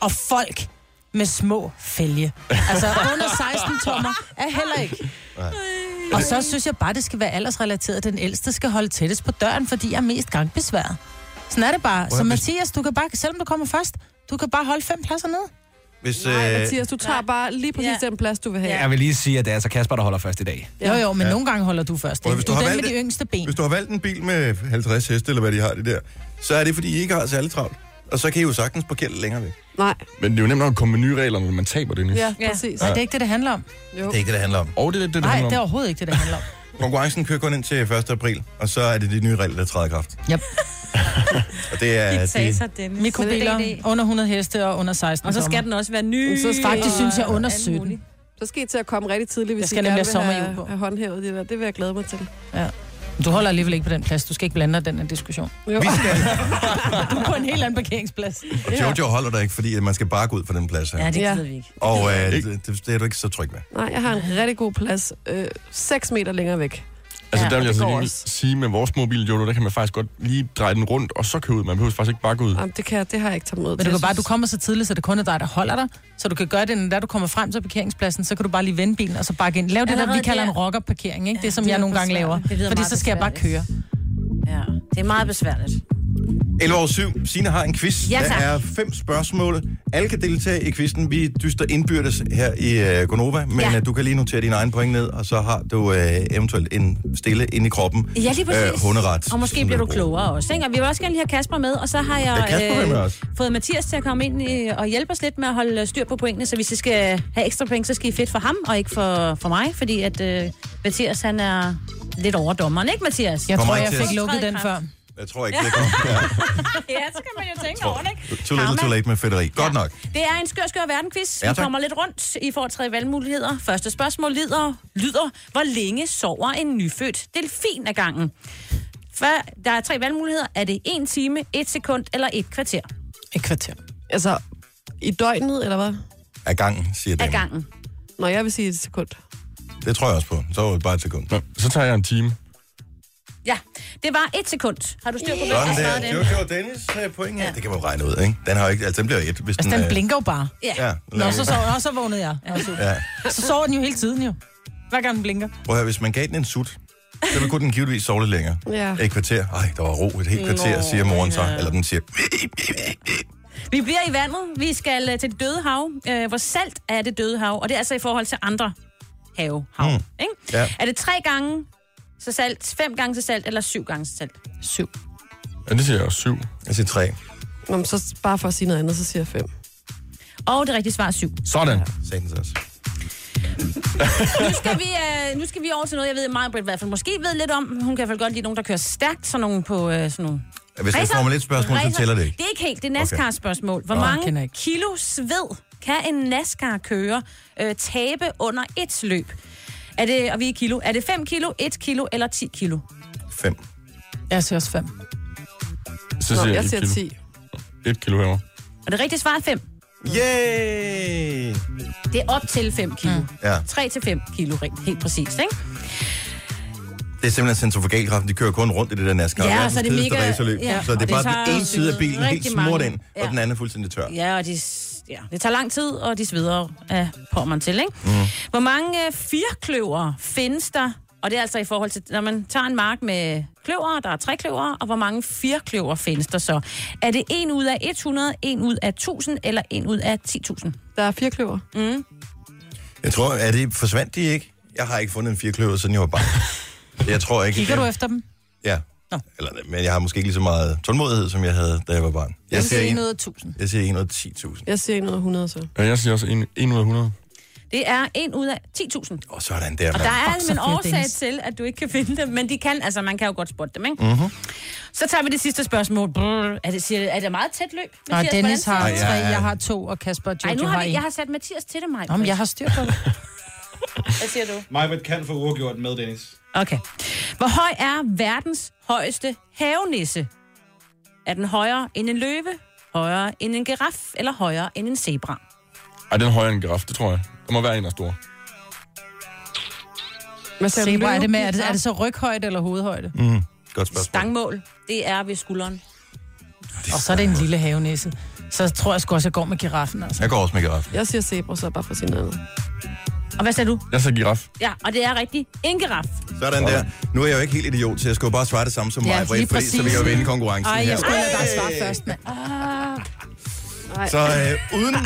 og folk med små fælge. Altså under 16 tommer er heller ikke.
Øh,
Og så synes jeg bare, det skal være aldersrelateret. Den ældste skal holde tættest på døren, fordi jeg er mest gangbesværet. Sådan er det bare.
at-
Så Mathias, du kan bare, selvom du kommer først, du kan bare holde fem pladser ned.
Hvis,
Nej,
øh,
Mathias, du tager bare lige præcis
Ja.
den plads, du vil have.
Jeg vil lige sige, at det er altså Kasper, der holder først i dag.
Jo, jo, men nogle gange holder du først.
Og
Ikke?
hvis
Du er
du har
den
valgt
med de
det-
yngste ben.
Hvis du har valgt en bil med 50 heste, eller hvad de har det der, så er det, fordi I ikke har særlig travlt. Og så kan I jo sagtens parkere lidt længere væk.
Nej,
Men det er jo nemt nok at komme med nye regler, når man taber det.
ja,
Ja.
Ja.
præcis.
Nej, det er ikke det, det handler om.
Jo.
Det er ikke det, det handler om.
Og det er det, det, det
Nej,
handler
det er
om.
overhovedet ikke det, det handler om.
Konkurrencen kører kun ind til 1. april, og så er det de nye regler, der træder i kraft.
Yep.
Og det er...
Diktator,
det,
Dennis.
Mikrobiler
Men det er ikke det.
under 100 heste og under 16
Og så skal
tommer.
den også være ny.
Så skal-
Faktisk synes jeg
og
under
alt
17.
muligt.
Så skal I til at komme rigtig tidligt, hvis
Jeg skal
I
nemlig
gerne
have
vil
sommerhjul
have,
på.
have håndhævet det der. Det vil jeg glæde mig til.
Du holder alligevel ikke på den plads. Du skal ikke blande dig i den her diskussion.
Jo. Vi
skal.
du er på en helt anden parkeringsplads.
Og Jojo holder dig ikke, fordi man skal bare gå ud fra den plads her.
Ja, det
Ja.
gider vi ikke.
Og øh, det, det, det er du ikke så tryg ved.
Nej, jeg har en rigtig god plads. Øh, 6 meter længere væk.
Altså,
Ja,
der
og
vil jeg
det
så
går
lige
også.
sige, med vores mobil, Jodo, der kan man faktisk godt lige dreje den rundt, og så køre ud. Man behøver faktisk ikke bare gå ud.
Jamen, det, kan jeg, det har jeg ikke taget med
Men du kan bare, du kommer så tidligt, så det kun er dig, der holder dig. Så du kan gøre det, når der du kommer frem til parkeringspladsen, så kan du bare lige vende bilen, og så bakke ind. Lav det, der
Allerede
vi kalder
der-
en rockerparkering, ikke?
Ja,
Det, som
det
jeg
er
nogle gange laver.
besværligt. Det lyder
Fordi
meget
så skal jeg bare køre.
besværligt. Ja, det er meget besværligt.
11 over 7. Signe har en quiz.
Ja,
der
tak.
er fem spørgsmål. Alle kan deltage i quizzen. Vi dyster indbyrdes her i øh, Gonova, men
Ja.
øh, du kan lige notere dine egne point ned, og så har du øh, eventuelt en stille inde i kroppen. Øh,
Ja, lige præcis.
hunderet,
og måske
som
bliver du
bruger.
klogere også, ikke? Og vi vil også gerne lige have Kasper med, og så har
Ja,
jeg øh,
Kasper vil med også.
fået Mathias til at komme ind øh, og hjælpe os lidt med at holde styr på pointene, så hvis I skal have ekstra point, så skal I fedt for ham og ikke for, for mig, fordi at øh, Mathias, han er lidt over dommeren, ikke Mathias?
Jeg
Kommer
tror,
ikke
jeg
til at-
fik lukket den før.
Jeg tror ikke, det kommer. Ja.
ja så kan man jo tænke over det, ikke?
Too little, too
Karma.
late med fedteri. Godt nok.
Det er en skør, skør verdenquiz.
Ja,
Ja, vi
tak.
kommer lidt rundt. I får tre valgmuligheder. Første spørgsmål lyder, lyder hvor længe sover en nyfødt delfin ad gangen? Hva- Der er tre valgmuligheder. Er det en time, et sekund eller et kvarter
Et kvarter.
Altså, i døgnet, eller hvad?
Af gangen, siger
ad
det.
gangen?
Nå, jeg vil sige et sekund.
Det tror jeg også på. Så var det bare et sekund.
Nå, så tager jeg en time.
Ja, det var et Altså, sekund. Har du styr på, hvem der
Sådan
svarede
der.
den?
Jojo og Dennis øh, point her. Det kan man jo regne ud, ikke? Den, har jo ikke, altså, den bliver jo et, hvis
Altså, den
øh,
blinker jo bare.
Ja.
Ja.
Nå, så, sov, nå, så vågnede jeg. Nå, super.
ja.
Så sover den jo hele tiden jo. Hver gang den blinker.
Prøv at høre, hvis man gav den en sut, så ville kunne den givetvis sove lidt længere.
Ja.
Et kvarter. Ej, der var ro et helt kvarter,
Nå,
siger moren så.
ja.
Eller den siger...
Vi bliver i vandet. Vi skal øh, til det døde hav. Øh, hvor salt er det døde hav? Og det er altså i forhold til andre have. Hav,
Mm.
ikke?
Ja.
Er det tre gange så salt, fem gange så salt eller syv gange så salt?
Syv.
Ja, det siger jeg også syv.
Jeg siger tre.
Nå, men så bare for at sige noget andet, så siger jeg fem.
Og det rigtige svar er syv.
Sådan.
Sagde den så også.
Nu skal vi, øh, nu skal vi over til noget, jeg ved, Maja Britt i hvert fald måske ved lidt om. Hun kan i hvert fald godt lide nogen, der kører stærkt, sådan nogen på øh, sådan nogle...
Hvis jeg
racer-
får mig lidt spørgsmål, så
racer-
tæller det ikke.
Det er ikke helt, det er NASCAR-spørgsmål. Hvor
kender jeg
mange
ikke.
kilo sved kan en NASCAR-kører øh, tabe under et løb? Er det, og vi er i kilo. Er det 5 kilo, 1 kilo eller 10 kilo?
Fem.
Jeg siger også fem.
Så
Nå,
siger
jeg
jeg,
siger
et kilo.
10.
Et kilo herovre.
Og det rigtige svar er 5.
Yay!
Det er op til 5 kilo. Mm.
Ja,
3 til 5 kilo, rent- helt præcist, ikke?
det er simpelthen centrifogalkraften. De kører kun rundt i det der NASCAR.
Ja,
verdens
så er det
kedeligste
mega-
racerløb.
ja,
Så
og
det er
det
bare
tager
den
jo
ene side af bilen helt
rigtig
smurt
mange-
ind, og
ja.
den anden er fuldstændig tør.
Ja, og de, s- ja, det tager lang tid, og de sveder af pommeren til, ikke? Mm. Hvor mange øh, firkløver findes der? Og det er altså i forhold til, når man tager en mark med kløver, der er tre kløver, og hvor mange firkløver findes der så? Er det en ud af 100, en ud af 1000 eller en ud af Mm. 10.000?
Der er fire kløver.
Jeg tror, er det forsvandt de ikke? Jeg har ikke fundet en firkløver, siden jeg var barn. Jeg tror ikke...
Kigger du efter dem?
Ja. Eller, men jeg har måske ikke lige så meget tålmodighed, som jeg havde, da jeg var barn. Jeg
Jeg
siger
siger en
en,
ud af tusind.
jeg siger en ud af 10.000.
Jeg siger en ud af 100, så.
Ja, jeg siger også en, en ud af 100.
Det er en ud af 10.000.
Åh, sådan der,
Og
mand.
der er
så
altså en
fire
årsag
dings.
til, at du ikke kan finde dem, men de kan, altså man kan jo godt spotte dem, ikke?
Mhm.
Mm-hmm. Så tager vi det sidste spørgsmål. Brr, er, det, siger, er det meget tæt løb?
Og
Mathias?
Dennis
Hvordan
har
ser det
Ej,
ud?
ja,
tre,
ja.
jeg har to, og Kasper og
Ej, nu
Jojo
har
har
vi,
en.
jeg har sat Mathias til det, mig.
Nå, men jeg har styr på det.
Hvad siger du?
Majbert kan få uafgjort med Dennis.
Okay. Hvor høj er verdens højeste havenisse? Er den højere end en løve, højere end en giraf eller højere end en zebra?
Ej, den er højere end en giraf, det tror jeg. Der må være en, der er stor.
Hvad siger
Zebra,
løve?
er det, med, er, det, er det så ryghøjde eller hovedhøjde? Mm.
Godt spørgsmål.
Stangmål, det er ved skulderen.
Og så er det en lille havenæse. Så tror jeg sgu også, jeg går med giraffen. Altså.
Jeg går også med giraf.
Jeg siger zebra, så bare for at sige noget andet.
Og hvad sagde du?
Jeg siger giraf.
Ja, og det er rigtigt. En giraf.
Sådan der. Nu er jeg jo ikke helt idiot, så jeg skulle bare svare det samme som
Ja, lige
mig, Britt, fordi så
præcis.
vil jeg jo vinde konkurrencen
Ej,
her.
jeg skulle lade dig svare først, mand.
Ah.
Så øh, uden at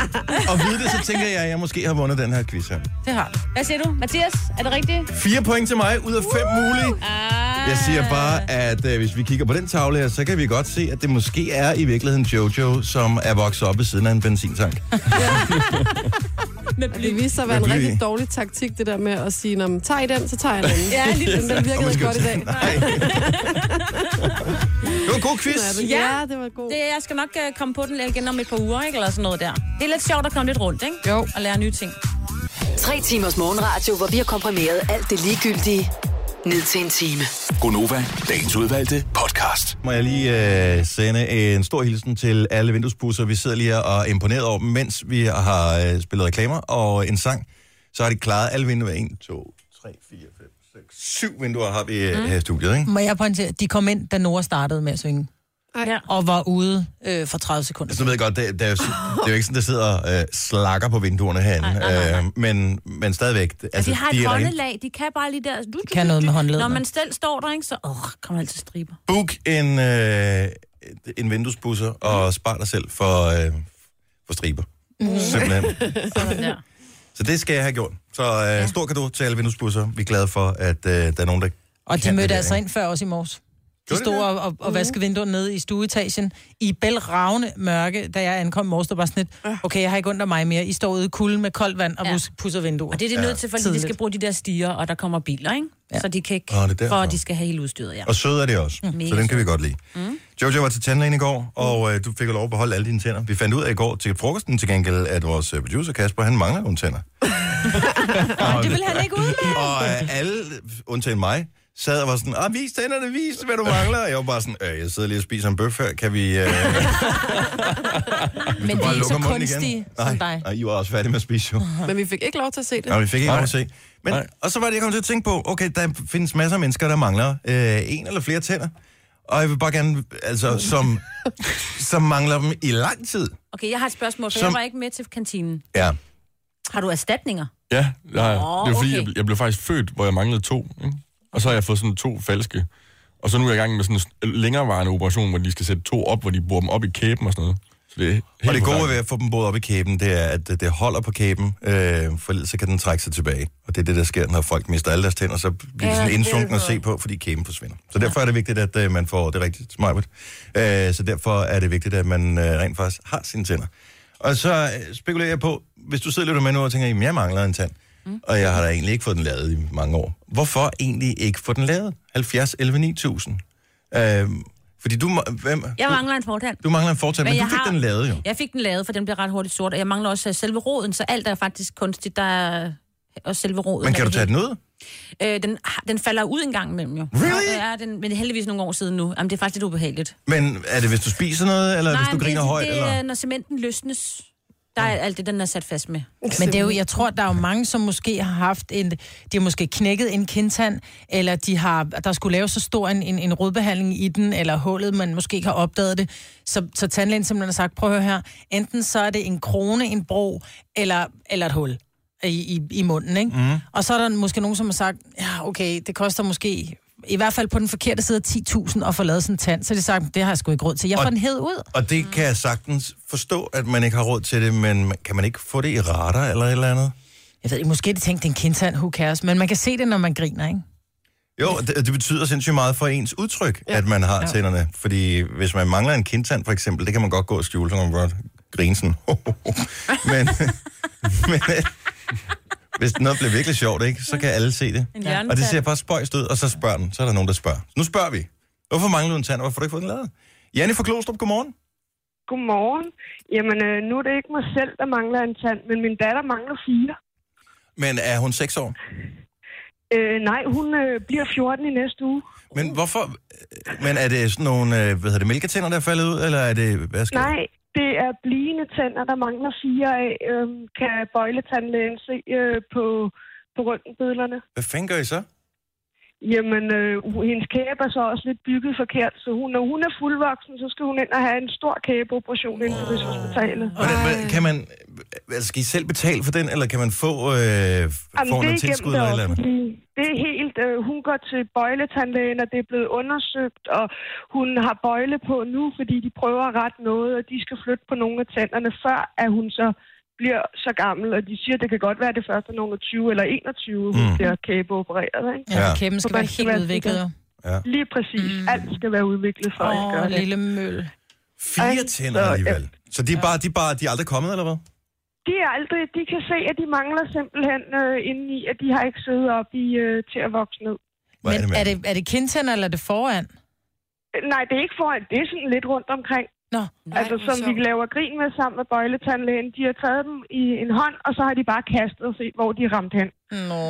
vide det, så tænker jeg, at jeg måske har vundet den her quiz her.
Det har du.
Hvad siger du, Mathias? Er det rigtigt?
Fire point til mig ud af fem mulige.
Ah.
Jeg siger bare, at øh, hvis vi kigger på den tavle her, så kan vi godt se, at det måske er i virkeligheden Jojo, som er vokset op ved siden af en benzintank.
Og Det viste sig at være en
Med bly.
rigtig dårlig taktik, det der med at sige, "Nå, men tager I den, så tager jeg den anden.
Ja, lige
den, den virkede ikke godt i dag.
Nej. Det var en god quiz.
Ja, det var god.
Det, jeg skal nok øh, komme på den igen om et par uger, ikke? Eller sådan noget der. Det er lidt sjovt at komme lidt rundt, ikke?
Jo.
Og lære nye ting.
Altså,
Tre timers morgenradio, hvor vi har komprimeret alt det ligegyldige ned til en time.
Gonova, dagens udvalgte podcast.
Må jeg lige øh, sende en stor hilsen til alle vinduespusser. Vi sidder lige her og er imponeret over dem, mens vi har øh, spillet reklamer og en sang. Så har de klaret alle vinduer. 1, 2, 3, 4, 5, 6, 7 vinduer har vi øh, her i studiet, ikke?
Må jeg pointere, de kom ind, da Nora startede med at synge.
Ja.
Og var ude øh, for 30 sekunder.
Altså, nu ved jeg godt, det, det, er, jo, det er jo ikke sådan, der sidder øh, slakker på vinduerne herinde. Nej, nej, nej. Øh, men, men stadigvæk.
Altså, de har et
er derinde.
håndelag, de kan bare lige der... Du,
kan noget med håndled,
Når
mand.
man selv står der, ikke, så åh, kommer altid striber.
Book en, øh, en vinduespusser og spar dig selv for, øh, for striber. Mm. Simpelthen.
Sådan der.
Så det skal jeg have gjort. Så øh, ja. stor gave til alle vinduespusser. Vi er glade for, at øh, der er nogen, der
Og de
kan det
mødte
der,
altså
ikke?
ind før os i morges. De
Gjorde de
stod
det?
og, og,
Mhm.
og vaskede vinduerne nede i stueetagen i bælragende mørke, da jeg ankom i morges. Der var sådan lidt, okay, jeg har ikke under mig mere. I står ude i kulden med koldt vand og ja. pusser vinduer.
Og det er det
ja.
nødt til, fordi de skal bruge de der stiger, og der kommer biler, ikke? Ja. Så de kan ikke...
Åh, det er derfor.
for at de skal have hele udstyret, ja.
Og søde er det også,
Mm.
mm.
Mega
så den kan vi
søde.
godt lide. Mm. Jojo var til tandlægen i går, og øh, du fik jo lov at beholde alle dine tænder. Vi fandt ud af i går til frokosten til gengæld, at vores øh, producer Kasper, han mangler nogle tænder.
Og det vil han ikke ud med.
Og øh, alle, undtagen mig, sad og var sådan, ah, vis tænderne, vis, hvad du mangler. Og jeg var bare sådan, øh, jeg sidder lige og spiser en bøf her, kan vi... Øh,
Men
bare
de er ikke så
lukker munden igen?"
kunstige
nej,
som dig.
Nej, I var også færdige med at spise jo.
Men vi fik ikke lov til at se det.
Nej, vi fik ikke lov at se. Men, og så var det, jeg kom til at tænke på, okay, der findes masser af mennesker, der mangler øh, en eller flere tænder. Og jeg vil bare gerne, altså, som, som mangler dem i lang tid.
Okay, jeg har et spørgsmål, for
Som-
jeg var ikke med til kantinen.
Ja.
Har du erstatninger?
Ja, nej, det
Nå,
var fordi,
okay.
jeg, jeg blev faktisk født, hvor jeg manglede to. Ikke? Og så har jeg fået sådan to falske. Og så nu er jeg i gang med sådan en st- længerevarende operation, hvor de skal sætte to op, hvor de bruger dem op i kæben og sådan noget. Så det er helt
Og det gode
forfærdeligt.
ved at få dem både op i kæben, det er, at det det holder på kæben, øh, for ellers så kan den trække sig tilbage. Og det er det, der sker, når folk mister alle deres tænder, så bliver de
Ja,
sådan indsunken at
helvede.
se på, fordi kæben forsvinder. Så derfor er det vigtigt, at øh, man får det rigtigt smart. Øh, så derfor er det vigtigt, at man øh, rent faktisk har sine tænder. Og så øh, spekulerer jeg på, hvis du sidder lidt med nu og tænker, at jeg mangler en tand, mm. og jeg har da egentlig ikke fået den lavet i mange år. Hvorfor egentlig ikke få den lavet? 70, 11, 9000. Øh, fordi du, må- hvem,
Jeg
du,
mangler en fortand.
du mangler en fortand, men, men
jeg
du fik har... den lavet jo.
Jeg fik den lavet, for den bliver ret hurtigt sort, og jeg mangler også øh, selve roden, så alt er faktisk kunstigt, der er også selve roden.
Men
og
kan du
det
tage den
hele.
ud?
Øh, den, har- den falder ud en gang imellem jo.
Really?
Ja, det er den, men heldigvis nogle år siden nu. Jamen, det er faktisk lidt ubehageligt.
Men er det, hvis du spiser noget, eller Nej, hvis
men
du griner
det,
højt?
det,
eller?
er, når cementen løsnes. Der er alt det, den er sat fast med.
Men det er jo, jeg tror, der er jo mange, som måske har haft en... De har måske knækket en kindtand, eller de har, der skulle lave så stor en, en, en rodbehandling i den, eller hullet, man måske ikke har opdaget det. Så, så tandlægen simpelthen har sagt, prøv at høre her, enten så er det en krone, en bro, eller, eller et hul i, i, i munden, ikke?
Mhm.
Mm. Og så er der måske nogen, som har sagt, ja, okay, det koster måske i hvert fald på den forkerte side 10.000 at få lavet sådan en tand. Så de har sagt, det har jeg sgu ikke råd til. Jeg får
Og-
den hed ud.
Og det kan jeg sagtens forstå, at man ikke har råd til det, men kan man ikke få det i retter eller et eller andet?
Jeg ved ikke, måske de tænkte, det er en kindtand, who cares? Men man kan se det, når man griner, ikke?
Jo, det, det betyder sindssygt meget for ens udtryk, ja. at man har
Ja.
ja. tænderne. Fordi hvis man mangler en kindtand, for eksempel, det kan man godt gå og skjule, så kan man godt grine sådan. men, men øh, hvis noget bliver virkelig sjovt, ikke, så kan alle se det.
En hjørnetand.
Og det ser bare spøjst ud, og så spørger den. Så er der nogen, der spørger. Nu spørger vi. Hvorfor mangler du en tand, og hvorfor har du ikke fået den lavet? Janne fra Klostrup, godmorgen.
Godmorgen. Jamen, øh, nu er det ikke mig selv, der mangler en tand, men min datter mangler fire.
Men er hun 6 år?
Øh, nej, hun øh, bliver 14 i næste uge.
Men hvorfor? Men er det sådan nogle, øh, hvad hedder det, mælketænder, der er faldet ud, eller er det, hvad skal
Nej, det er blivende tænder, der mangler fire af, øh, kan bøjletandlægen se øh, på, på røntgenbillederne.
Hvad fanden gør I så?
Jamen, øh, hu- hendes kæbe er så også lidt bygget forkert, så hun, når hun er fuldvoksen, så skal hun ind og have en stor kæbeoperation inden på Rigshospitalet.
Hvordan,
Øh.
hvad, kan man, altså skal I selv betale for den, eller kan man få, øh,
Jamen,
få
det er
noget
igennem
tilskud
det
eller et eller andet?
offentlige. Det er helt... Øh, hun går til bøjletandlægen, og det er blevet undersøgt, og hun har bøjle på nu, fordi de prøver at rette noget, og de skal flytte på nogle af tænderne, før at hun så bliver så gammel, og de siger, at det kan godt være, at det først er nogen af 20 eller 21, hun
Mm.
bliver kæbeopereret, ikke?
Ja, Ja. kæben
skal
Så man
være helt udviklet,
sådan-
Ja.
Lige præcis. Mm. Alt skal være udviklet for, at
Åh,
gøre det.
lille møl.
Fire tænder
så,
alligevel. Så de er bare, de er bare, de er aldrig kommet, eller hvad?
De, er aldrig, de kan se, at de mangler simpelthen øh, indeni, at de har ikke siddet op i, øh, til at vokse ned.
Hvad
Men
med
er det, er det kindtænder, eller er det foran?
Øh, Nej, det er ikke foran. Det er sådan lidt rundt omkring.
Nå.
altså, som vi laver grin med sammen med
Mm.
bøjletandlægen. De har taget dem i en hånd, og så har de bare kastet og set, hvor de er ramt hen.
Nå.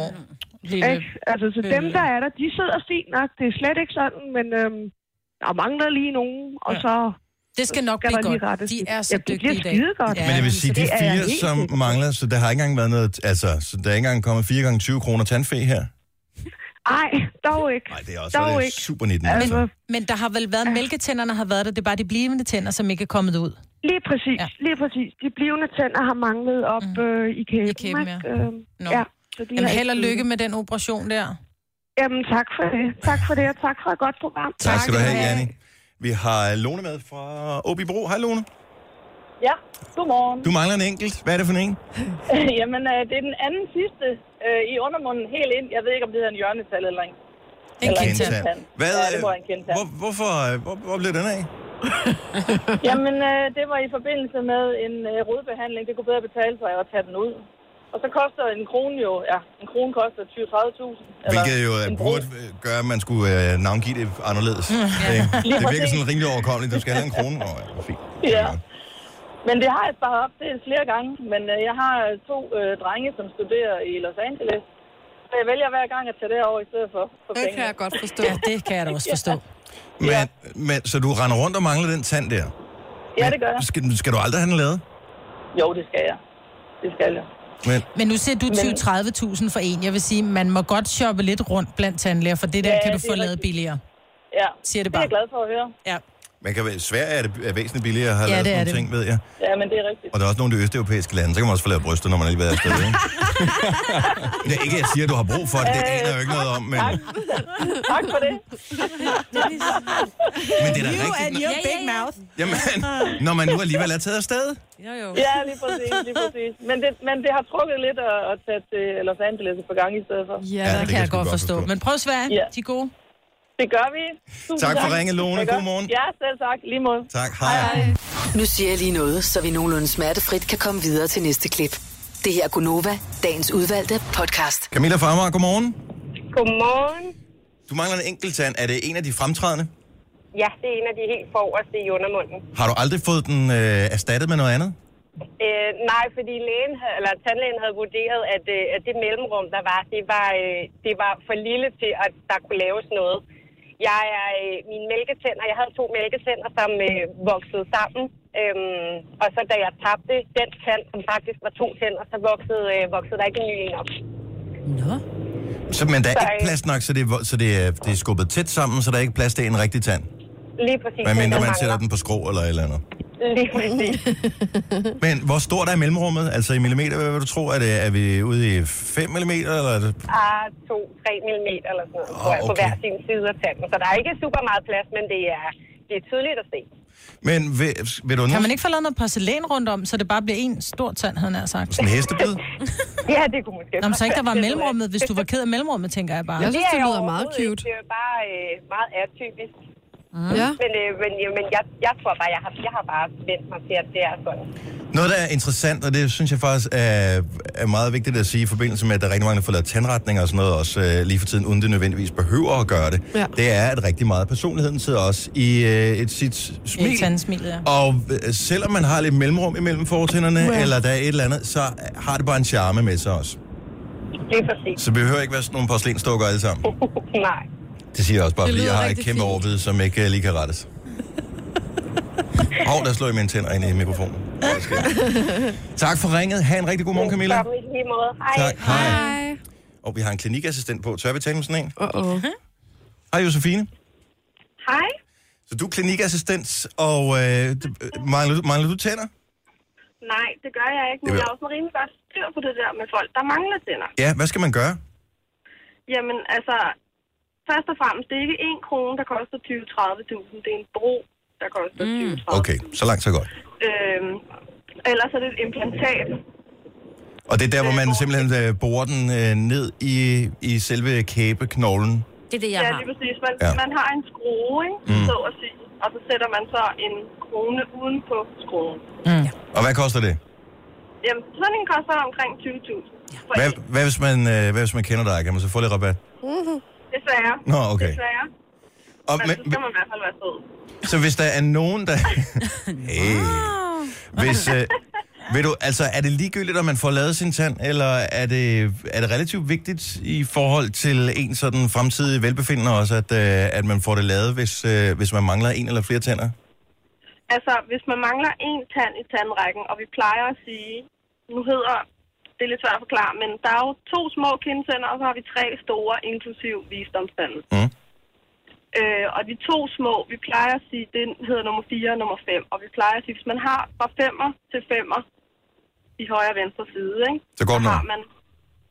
Lille
Ikke? Altså, så dem,
bølle.
der er der, de sidder fint nok. Det er slet ikke sådan, men øhm, der mangler lige nogen, og
Ja.
så...
Det skal nok blive godt. De er så dygtige i dag.
Godt.
Men det vil sige, de fire, som mangler, så der har ikke engang været noget, altså, så der er ikke engang kommet 4 gange 20 kroner tandfæ her.
Nej, dog ikke.
Nej, det er også det er super 19. Altså.
Men, men der har vel været, mælketænderne har været der, det er bare de blivende tænder, som ikke er kommet ud.
Lige præcis, ja. lige præcis. De blivende tænder har manglet op mm. øh, i kæben. I
kæben, ja.
Øh,
Nå.
ja. Så de
Jamen,
har
held og
ikke-
lykke med den operation der.
Jamen, tak for det. Tak for det, og tak for et godt program.
Tak skal du have, Janni. Vi har Lone med fra Åbibro. Hej, Lone.
Ja, godmorgen.
Du mangler en enkelt. Hvad er det for en?
Jamen, øh, det er den anden sidste øh, i undermunden helt ind. Jeg ved ikke, om det hedder en hjørnetal eller en... eller kindtand.
Hvad,
ja, det må
øh,
være en kendtand.
hvor, hvorfor, øh, hvor, hvor blev den af?
Jamen, øh, det var i forbindelse med en øh, rodbehandling. Det kunne bedre betale sig at tage den ud. Og så koster en krone jo... Ja, en krone koster 20-30.000. eller
Hvilket jo
en
øh,
bro.
burde øh, gøre, at man skulle øh, navngive det anderledes. Ikke?
Lige
Det virker
præcis.
sådan rimelig overkommeligt. Du skal have en krone. Nå, ja.
Ja. Men det har jeg sparet op til flere gange. Men øh, jeg har to øh, drenge, som studerer i Los Angeles. Så jeg vælger hver gang at tage derover i stedet for, for Det kan jeg
godt forstå.
Ja,
det kan jeg da også forstå.
Men, men, så du render rundt og mangler den tand der?
ja, det gør jeg.
Skal, skal du aldrig have den lavet?
Jo, det skal jeg. Det skal jeg.
Men,
Men nu ser du
Men-
20-30.000 for en. Jeg vil sige, man må godt shoppe lidt rundt blandt tandlæger, for det der
Ja,
kan du
det
få
er
lavet
rigtigt.
billigere.
Ja,
Siger det
det er
bare.
jeg glad for at høre.
Ja.
man kan, være- Sverige er det er væsentligt billigere at have
Ja,
lavet
det er
sådan nogle
det.
ting, ved jeg.
Ja, men det er rigtigt.
Og der er også nogle af de østeuropæiske lande, så kan man også få lavet bryster, når man alligevel er afsted. Ikke? det er ikke, at jeg siger, at du har brug for det.
Øh,
Det aner jeg jo ikke noget om, men...
tak for det.
Men det er da You rigtigt, and når- your
big mouth.
Jamen, når man nu alligevel er taget afsted.
Jo, jo. Ja, lige præcis, lige præcis. Men det, men det har trukket lidt at, at tage til Los Angeles et par gange i stedet for.
Ja, det, kan jeg godt forstå. Men prøv Sverige,
Ja.
de er gode.
Det gør vi. Tusind
Tak for ringet, Lone.
Det gør-
God morgen.
Ja, selv tak. Lige måde.
Tak, hej.
Nu siger jeg lige noget, så vi nogenlunde smertefrit kan komme videre til næste klip. Det her er Gunova, dagens udvalgte podcast.
Camilla Farmer, godmorgen.
Godmorgen.
Du mangler en enkelt tand. Er det en af de fremtrædende?
Ja, det er en af de helt forreste i undermunden.
Har du aldrig fået den øh, erstattet med noget andet?
Øh, nej, fordi lægen, hav- eller tandlægen havde vurderet, at, øh, at det mellemrum, der var, det var, øh, det var for lille til, at der kunne laves noget. Jeg er øh, mine mælketænder, jeg havde to mælketænder, som øh, voksede sammen. Øhm, og så da jeg tabte den tand, som faktisk var to tænder, så voksede, øh, voksede der ikke en ny en op.
Så, men der er
Nej.
ikke plads nok, så, det, er vo- så det, er, det er skubbet tæt sammen, så der er ikke plads til en rigtig tand.
Lige præcis.
Hvad mindre
den, der
man sætter
mangler.
den på skrå eller et eller andet.
Lige præcis.
Men hvor stort er mellemrummet? Altså i millimeter, hvad vil du tro? Er, det, er vi ude i 5 mm? Eller er det...
Ah, 2-3 mm eller sådan noget, tror jeg, på
Ah, okay.
hver sin side af tanden. Så der er ikke super meget plads, men det er, det er tydeligt at se.
Men vil, vil du...
Kan man ikke få lavet noget porcelæn rundt om, så det bare bliver en stor tand, havde jeg nær sagt?
Sådan en hestebid?
ja, det kunne måske.
Nå, men så ikke der var
godt være.
mellemrummet, hvis du var ked af mellemrummet, tænker jeg bare.
er overhovedet ikke. Det er bare øh, meget atypisk.
Mm.
Ja.
Ja.
Men, øh, men, øh, men jeg, jeg tror bare, jeg har, jeg har bare vendt mig til, at det er sådan.
Noget, der er interessant, og det synes jeg faktisk er, er meget vigtigt at sige i forbindelse med, at der er rigtig mange, der får lavet tandretninger og sådan noget også øh, lige for tiden, uden det nødvendigvis behøver at gøre det, ja. det er, at rigtig meget af personligheden sidder også i øh, et sit smil.
I tandsmilet, ja.
Og øh, selvom man har lidt mellemrum imellem fortænderne,
Ja.
ja. eller der er et eller andet, så har det bare en charme med sig også.
Det er præcis.
Så vi behøver ikke være sådan nogle porcelænsdukker alle sammen.
Nej.
Det siger jeg også bare,
Det
fordi jeg
lyder
har et
rigtig
kæmpe
fint.
overvid, som ikke øh, lige kan rettes. Hov, der slår jeg mine tænder ind i mikrofonen. Tak for ringet. Ha' en rigtig god morgen, Camilla.
Velkommen i lige måde. Hej.
Tak. Hej. Og vi har en klinikassistent på. Tør vi tale med sådan en?
Uh-oh.
Hej, Josefine.
Hej.
Så du er klinikassistent, og øh, d- øh, mangler, du, mangler du tænder?
Nej, det gør jeg ikke, men
Det
jeg
vil-
er også rimelig godt styr på det der med folk, der mangler tænder.
Ja, hvad skal man gøre?
Jamen, altså, først og fremmest, det er ikke én krone, der koster 20-30.000. Det er en bro, der koster mm. 20-30.000.
Okay, så langt, så godt.
Øhm, ellers er det et implantat.
Og det er der, hvor man simpelthen øh, borer den øh, ned i, i selve kæbeknoglen.
Det er det, jeg ja, har. Ja, præcis. Man,
Ja.
ja. man har en skrue, ikke?
Mm.
Mm. så at sige, og så sætter man så en krone uden på skruen.
Mm. Og hvad koster det?
Jamen, sådan en koster omkring 20.000. Ja.
Hvad, hvad, hvis man, øh, hvad hvis man kender dig? Kan man så få lidt rabat?
Mm-hmm. Desværre.
Nå, okay.
Desværre.
Og,
men, men, så
men,
skal man i hvert fald være sød.
så hvis der er nogen, der... hey. hvis, øh, Ved du, altså, er det ligegyldigt, om man får lavet sin tand, eller er det, er det relativt vigtigt i forhold til en sådan fremtidig velbefindende også, at, øh, at man får det lavet, hvis, øh, hvis man mangler en eller flere tænder?
Altså, hvis man mangler en tand i tandrækken, og vi plejer at sige, nu hedder, det er lidt svært at forklare, men der er jo to små kindtænder, og så har vi tre store, inklusiv visdomstanden.
Mm.
Øh, og de to små, vi plejer at sige, den hedder nummer 4 og nummer 5, og vi plejer at sige, hvis man har fra 5'er til 5'er i højre og venstre side, ikke?
Så går den
så
over.
har man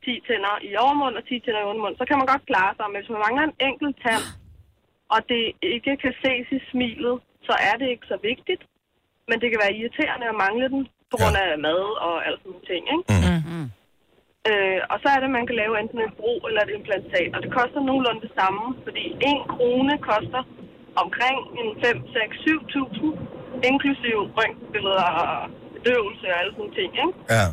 10 tænder i overmund og 10 tænder i undermund, så kan man godt klare sig, men hvis man mangler en enkelt tand, og det ikke kan ses i smilet, så er det ikke så vigtigt. Men det kan være irriterende at mangle den, på grund af mad og alt sådan nogle ting, ikke?
Mm.
Mm-hmm.
Øh, og så er det, at man kan lave enten en bro eller et implantat, og det koster nogenlunde det samme, fordi en krone koster omkring en 5, 6, 7.000, inklusiv røntgenbilleder og bedøvelse og alle sådan nogle ting, ikke?
Ja.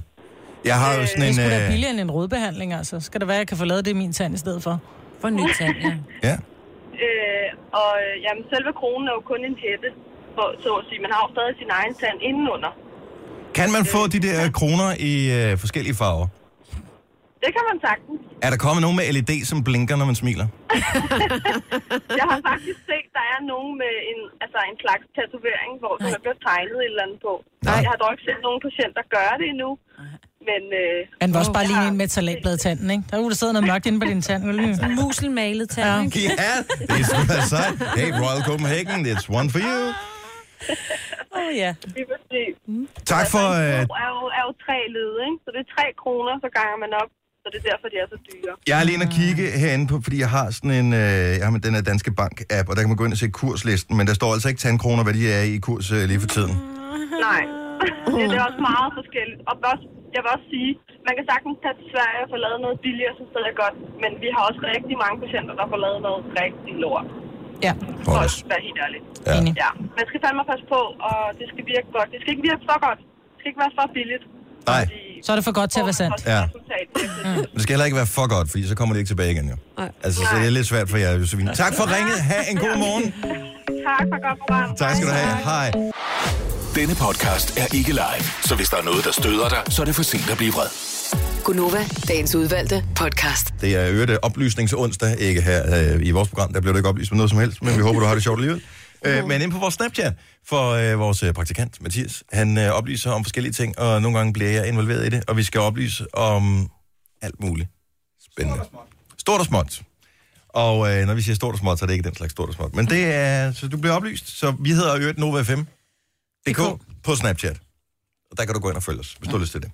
Jeg har jo sådan
Det
en...
skulle da
øh,
billigere end en rodbehandling, altså. Skal det være, at jeg kan få lavet det i min tand i stedet for? For en ny tand, ja.
Øh, og øh, jamen, selve kronen er jo kun en hætte, for, så at sige. Man har jo stadig sin egen tand indenunder.
Kan man få de der kroner i øh, forskellige farver?
Det kan man sagtens.
Er der kommet nogen med LED, som blinker, når man smiler?
Jeg har faktisk set, der er nogen med en, altså en slags tatovering, hvor der bliver tegnet et eller andet på. Nej. Jeg har dog ikke set nogen patienter gøre det endnu. Men øh,
Men det var også bare lige en med talatbladetanden, ikke? Der er jo, der sidder noget mørkt inde på din tand. Sådan
muselmalet tand, ikke?
Ja, det er sgu da sejt. Hey, Royal Copenhagen, it's one for you.
Åh, ja. Mm.
lige præcis.
Tak for...
Øh...
Øh,
Er, jo, er jo tre led, ikke? Så det er tre kroner, så ganger man op. Så det er derfor, de er så dyre.
jeg er lige inde og kigge
Ah.
herinde på, fordi jeg har sådan en, øh, jeg har med den her Danske Bank-app, og der kan man gå ind og se kurslisten, men der står altså ikke tandkroner, hvad de er i kurs øh, lige for tiden.
Nej. Det, det er også meget forskelligt. Og også, jeg vil også sige, man kan sagtens tage til Sverige og få lavet noget billigere, som stadig er godt. Men vi har også rigtig mange patienter, der får lavet noget rigtig lort.
Ja.
For at være helt ærlig.
Ja.
ja. Man skal fandme passe på, og det skal virke godt. Det skal ikke virke for godt. Det skal ikke være for billigt.
Nej.
Så er det for godt til at være sandt.
Ja.
Resultat.
Men det skal heller ikke være for godt, fordi så kommer det ikke tilbage igen, jo.
Nej.
Altså, så det er lidt svært for jer, Josefine. Tak for ringet. Ha' en god morgen.
Tak for godt program.
Tak skal du have. Hej.
Denne podcast er ikke live, så hvis der er noget, der støder dig, så er det for sent at blive vred.
Gunova, dagens udvalgte podcast.
Det er i øvrigt øh, oplysningsonsdag, ikke her øh, i vores program. Der bliver du ikke oplyst med noget som helst, men vi håber, du har det sjovt alligevel. Øh, men ind på vores Snapchat, for øh, vores øh, praktikant Mathias, han øh, oplyser om forskellige ting, og nogle gange bliver jeg involveret i det, og vi skal oplyse om alt muligt. Spændende. Stort og småt. Og øh, når vi siger stort og småt, så er det ikke den slags stort og småt. Men det er, så du bliver oplyst. Så vi hedder i øvrigt Nova FM. DK på Snapchat. Og der kan du gå ind og følge os, hvis du har lyst til det.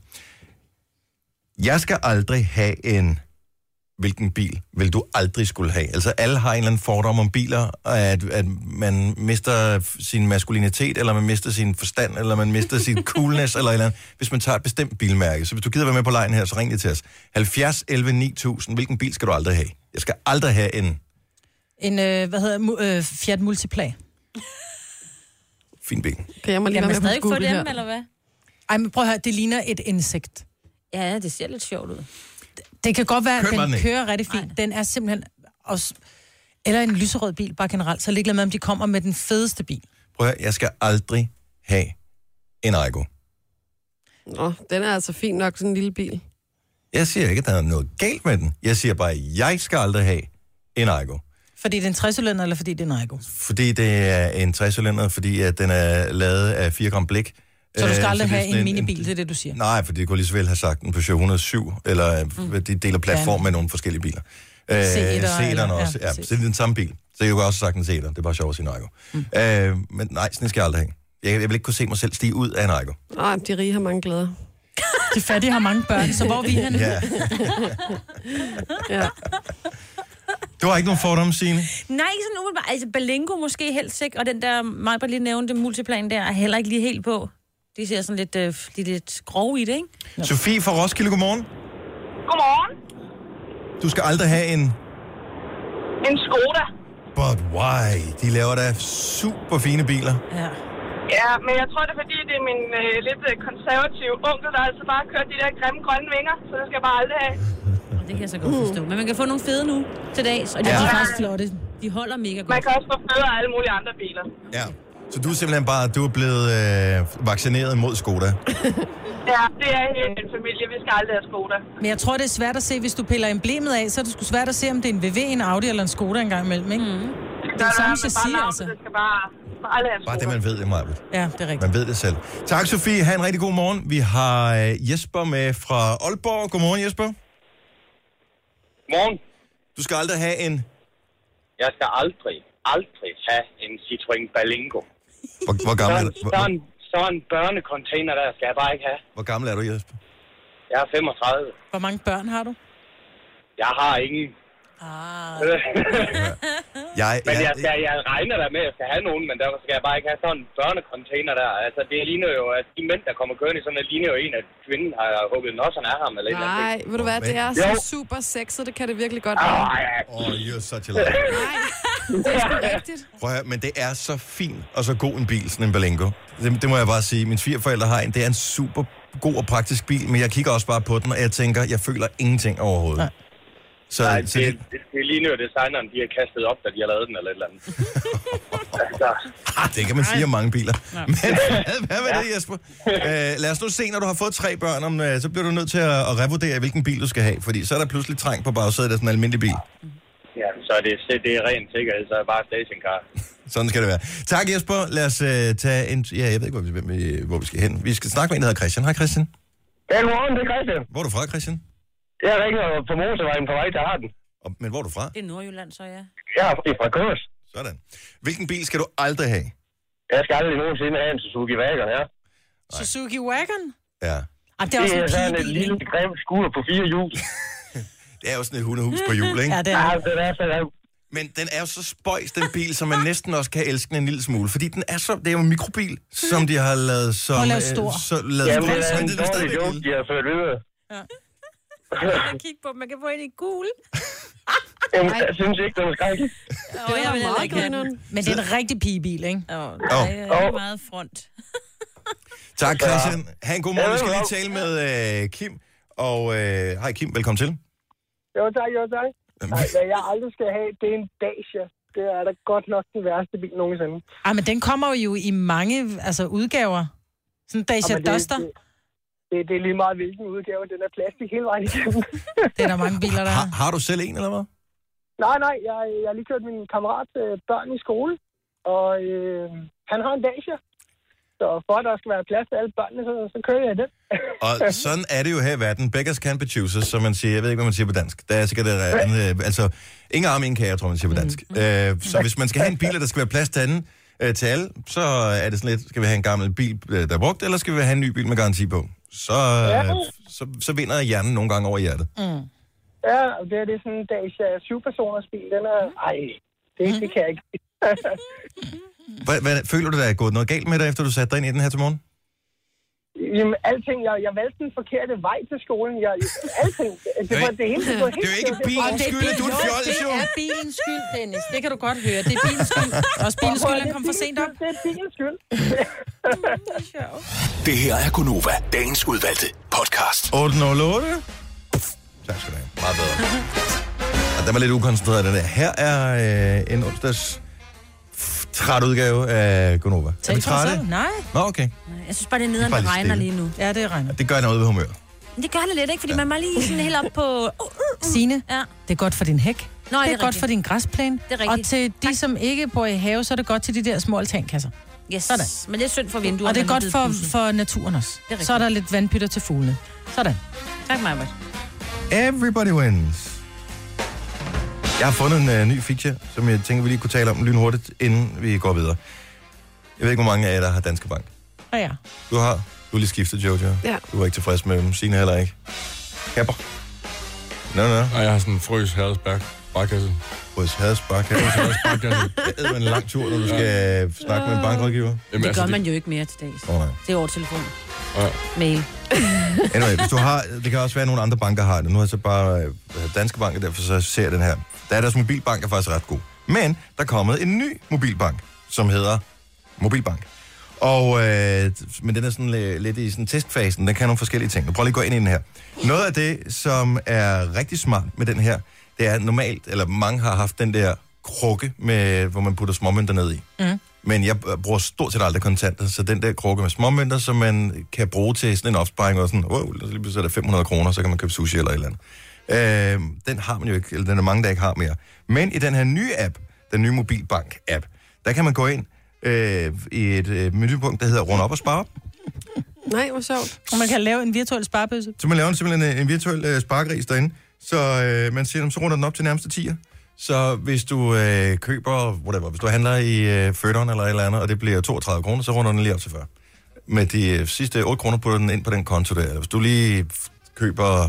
Jeg skal aldrig have en hvilken bil vil du aldrig skulle have? Altså, alle har en eller anden fordom om biler, og at, at man mister sin maskulinitet, eller man mister sin forstand, eller man mister sin coolness, eller et eller andet, hvis man tager et bestemt bilmærke. Så hvis du gider være med på lejen her, så ring lige til os. 70 11 9000. Hvilken bil skal du aldrig have? Jeg skal aldrig have en
En, øh, hvad hedder mu- øh, Fiat Multiplay.
fin bil.
Kan jeg må lige
Kan
være med
man
på
stadig få
Google
dem,
her.
eller hvad? Ej, men prøv at høre, det ligner et insekt. Ja, det ser lidt sjovt ud. Det kan godt være, at
Køb mig
den
den ikke.
kører rigtig fint. Den er simpelthen også... Eller en lyserød bil, bare generelt. Så ligeglad med, om de kommer med den fedeste bil.
Prøv at høre, jeg skal aldrig have en Aygo.
Nå, den er altså fin nok, sådan en lille bil.
Jeg siger ikke, at der er noget galt med den. Jeg siger bare, at jeg skal aldrig have en Aygo.
Fordi det er en 60 eller fordi det er en Aygo?
Fordi det er en 60-cylinder, fordi at den er lavet af 4 gram blik.
Så du skal
Øh,
aldrig
det er
have
sådan
en minibil, det er det, du siger.
Nej, for det kunne lige så vel have sagt en Peugeot 107, eller mm. de deler platform
Ja.
med nogle forskellige biler.
Seter,
Øh,
eller-
Seteren også.
ja,
Ja,
præcis.
så det er den samme bil. Så jeg kunne også have sagt en Seter. Det er bare sjovt at sige en Aygo. Mm. Øh, men nej, sådan en skal jeg aldrig have. Jeg, jeg vil ikke kunne se mig selv stige ud af en Aygo.
Åh, de rige har mange glæder.
De fattige har mange børn, så hvor er vi henne?
Ja.
ja.
Du har ikke nogen fordomme, Signe?
Nej, ikke sådan umiddelbart. Altså, Balingo måske helst ikke, og den der, mig bare lige nævnte, multiplan der, er heller ikke lige helt på. De ser sådan lidt, øh, de er lidt grove i det, ikke?
Sofie fra Roskilde, godmorgen.
Godmorgen.
Du skal aldrig have en...
En Skoda.
But why? De laver da super fine biler.
Ja.
Ja, men jeg tror, det er fordi, det er min øh, lidt øh, konservative onkel, der altså bare kører de der grimme grønne vinger, så det skal jeg bare aldrig have.
Og det kan jeg så godt forstå. Men man kan få nogle fede nu til dags, og de
Ja.
ja. er faktisk flotte. De holder mega godt.
Man kan også få fødder af alle mulige andre biler.
Ja. Så du er simpelthen bare du er blevet øh, vaccineret mod Skoda.
Ja, det er en familie. Vi skal aldrig have Skoda.
Men jeg tror, det er svært at se, hvis du piller emblemet af, så er det sgu svært at se, om det er en VW, en Audi eller en Skoda engang imellem, ikke? Mm. Det er det samme chassis, altså.
Det skal bare... Aldrig have
Bare det, man ved, det meget.
Ja, det er rigtigt.
Man ved det selv. Tak, Sofie. Ha' en rigtig god morgen. Vi har øh, Jesper med fra Aalborg. Godmorgen, Jesper.
Morgen.
Du skal aldrig have en...
Jeg skal aldrig, aldrig have en Citroën Balingo.
Hvor, hvor, gammel, er
Sådan,
du, hvor,
sådan, sådan en børnecontainer der skal jeg bare ikke have.
hvor gammel er du, Jesper?
Jeg er 35.
Hvor mange børn har du?
Jeg har ingen. Ah.
Jeg,
men jeg, skal, jeg regner der med, at jeg skal have nogen, men der skal jeg bare ikke have sådan en børnecontainer der. Altså, det ligner jo, at de mænd, der kommer kørende i sådan, det ligner jo en, at kvinden har hugget nosserne af ham. Eller et eller andet.
Nej, ved du hvad, det er
Jo.
så super sexet, det kan det virkelig godt være.
Ej, ej.
Oh, you're such a liar.
Det er sgu rigtigt.
Prøv at høre, men det er så fin og så god en bil, sådan en Balengo. Det, det må jeg bare sige. Mine svigerforældre har en. Det er en super god og praktisk bil, men jeg kigger også bare på den, og jeg tænker, jeg føler ingenting overhovedet. Nej. Så,
Nej,
så
det,
det,
det, det ligner jo designeren, de har kastet op, da de har lavet den eller et eller andet. altså,
ah, det kan man sige om mange biler.
Nej.
Men hvad, hvad med det, Jesper? Øh, lad os nu se, når du har fået tre børn, om, øh, så bliver du nødt til at, at revurdere, hvilken bil du skal have, fordi så er der pludselig trang på bagsædet af sådan en almindelig bil.
ja, så er det, det er ren sikkerhed, så er det bare stationcar.
Sådan skal det være. Tak, Jesper. Lad os øh, tage en... Ja, jeg ved ikke, hvor vi, hvem vi, hvor vi skal hen. Vi skal snakke med en, der hedder Christian. Hej, Christian.
Ja, godmorgen, det er Christian.
Hvor er du fra, Christian?
Jeg ringer på motorvejen på vej til Harden.
Og, men hvor er du fra?
Det er Nordjylland, så ja.
Jeg er fra Kørs.
Sådan. Hvilken bil skal du aldrig have?
Jeg skal aldrig nogensinde have en Suzuki Wagon her.
Suzuki Wagon?
Ja.
Ah, det er også en
sådan
pigebil,
et lille, grim skur på fire hjul.
Det er jo sådan et hundehus på jul, ikke?
Ja, det er det.
Ja, den er så grim.
Men den er jo så spøjs, den bil, som man næsten også kan elske den en lille smule. Fordi den er så... Det er jo en mikrobil, som de har lavet som...
Prøv at lave
øh,
stor.
Så, lavet
Jamen,
stor,
det er
men
en
jo
dårlig
stadigvæk
joke,
lille.
de har ført videre.
Kig på, man kan få en i gul.
Jamen, jeg synes ikke, den er skrækkelig.
Åh, jeg vil heller ikke have den.
Men det er en rigtig pigebil, ikke? Åh, oh,
Åh.
Det er meget front.
Tak, Christian. Ha' en god morgen.
Ja,
Vi skal lige
velkommen.
tale med øh, Kim. Og øh, hej Kim, velkommen til.
Jo tak, jo tak. Nej, hvad jeg aldrig skal have, det er en Dacia. Det er da godt nok den værste bil nogensinde.
Ah, men den kommer jo i mange altså, udgaver. Sådan en Dacia
Jamen, det-
Duster.
Det, det, det, er lige meget, hvilken udgave. Den er plastik hele vejen igennem.
Det er der mange biler, der
har. Har du selv en, eller hvad?
nej, nej, jeg, jeg har lige kørt min kammerat øh, børn i skole, og øh, han har en Dacia. Så for at der skal være plads til alle børnene, så, så kører jeg den.
Og sådan er det jo her i verden. Beggars can be choosers, som man siger. Jeg ved ikke, hvad man siger på dansk. Der er sikkert et andet... øh, Altså, ingen arm, ingen kage, tror jeg, man siger på dansk. Mm. Øh, så hvis man skal have en bil, og der skal være plads til anden, øh, til alle, så er det sådan lidt, skal vi have en gammel bil, øh, der er brugt, eller skal vi have en ny bil med garanti på? Så, øh, så, så vinder hjernen nogle gange over hjertet.
Mm.
Ja, og det, her, det er sådan en Dacia 7-personers bil. Den er... Ej, det,
Mhm.
det kan jeg ikke.
Hvad, hvad, føler du, der er gået noget galt med dig, efter du satte dig ind i den her til morgen?
Jamen, alting. Jeg, jeg valgte den forkerte vej til skolen. Jeg, alting. Det, det, var, det hele det var helt...
Og det er bil- jo, Det er bilens skyld, Dennis. Det kan du godt høre. Det er bilens skyld. Også bilens skyld, han kom for sent op.
Det er bilens skyld.
Det her er Gunova, dagens udvalgte podcast.
808. Tak skal du have. Meget bedre. Og den var lidt ukoncentreret, den der. Her er øh, en onsdags f- træt udgave af Gonova. Er vi trætte?
Nej.
Nå, okay.
Jeg synes bare, det er nederen,
Bare
det
lidt
regner
stille.
lige nu.
Ja, det regner.
Det gør noget ved humøret.
Men Det gør det lidt, ikke? Fordi man var lige sådan helt op på... Uh, uh, uh.
Signe,
Ja.
det er godt for din hæk.
Nå,
det
det
er
er
godt
rigtigt.
for din græsplæne. Det
er
Og til de, som ikke bor i have, så er det godt til de der små altankasser.
Yes.
Sådan.
Men det er synd for vinduerne.
Og det er
når
godt
blevet
for,
pudset.
for naturen også.
rigtigt.
Så er der lidt vandpytter til fuglene. Sådan.
Tak, Maja.
Everybody wins. Jeg har fundet en øh, ny feature, som jeg tænker, vi lige kunne tale om lynhurtigt, inden vi går videre. Jeg ved ikke, hvor mange af jer, der har Danske Bank.
Og ja.
Du har. Du har lige skiftet, Jojo.
Ja.
Du var ikke tilfreds med dem. Signe heller ikke. Kapper. Nå, nå.
Og jeg har sådan en frøs Hadersberg bakkasse.
Frøs Hadersberg
bakkasse.
Det er en lang tur, når du skal øh, snakke med en bankrådgiver.
Jamen,
altså,
det gør man jo ikke mere til dags.
altså, Åh, nej.
Det er over telefon.
Ja.
Mail.
Anyway, hvis du har, det kan også være, at nogle andre banker har det. Nu er jeg så bare øh, Danske Bank, og derfor så ser jeg den her. Der er deres mobilbank, er faktisk ret god. Men der er kommet en ny mobilbank, som hedder Mobilbank. Og, øh, men den er sådan li- lidt i sådan testfasen. Den kan nogle forskellige ting. Nu prøver lige at gå ind i den her. Noget af det, som er rigtig smart med den her, det er normalt, eller mange har haft den der krukke, med, hvor man putter småmønter ned i.
Mm.
Men jeg øh, bruger stort set aldrig kontanter, så den der krukke med småmønter, som man kan bruge til sådan en opsparing, og sådan, wow, så lige pludselig er der 500 kroner, så kan man købe sushi eller et eller andet. Øh, den har man jo ikke, eller den er mange, der ikke har mere. Men i den her nye app, den nye mobilbank-app, der kan man gå ind øh, i et øh, menupunkt, der hedder Rund op og spare op.
Nej, hvor sjovt.
Og man kan lave en virtuel sparebøsse.
Så man laver en, simpelthen øh, en virtuel øh, sparegris derinde, så øh, man siger, "Nå, så runder den op til nærmeste 10'er. Så hvis du øh, køber, whatever, hvis du handler i øh, Fødderen eller et eller andet, og det bliver 32 kroner, så runder den lige op til 40. Med de øh, sidste 8 kroner putter den ind på den konto der. Eller hvis du lige f- køber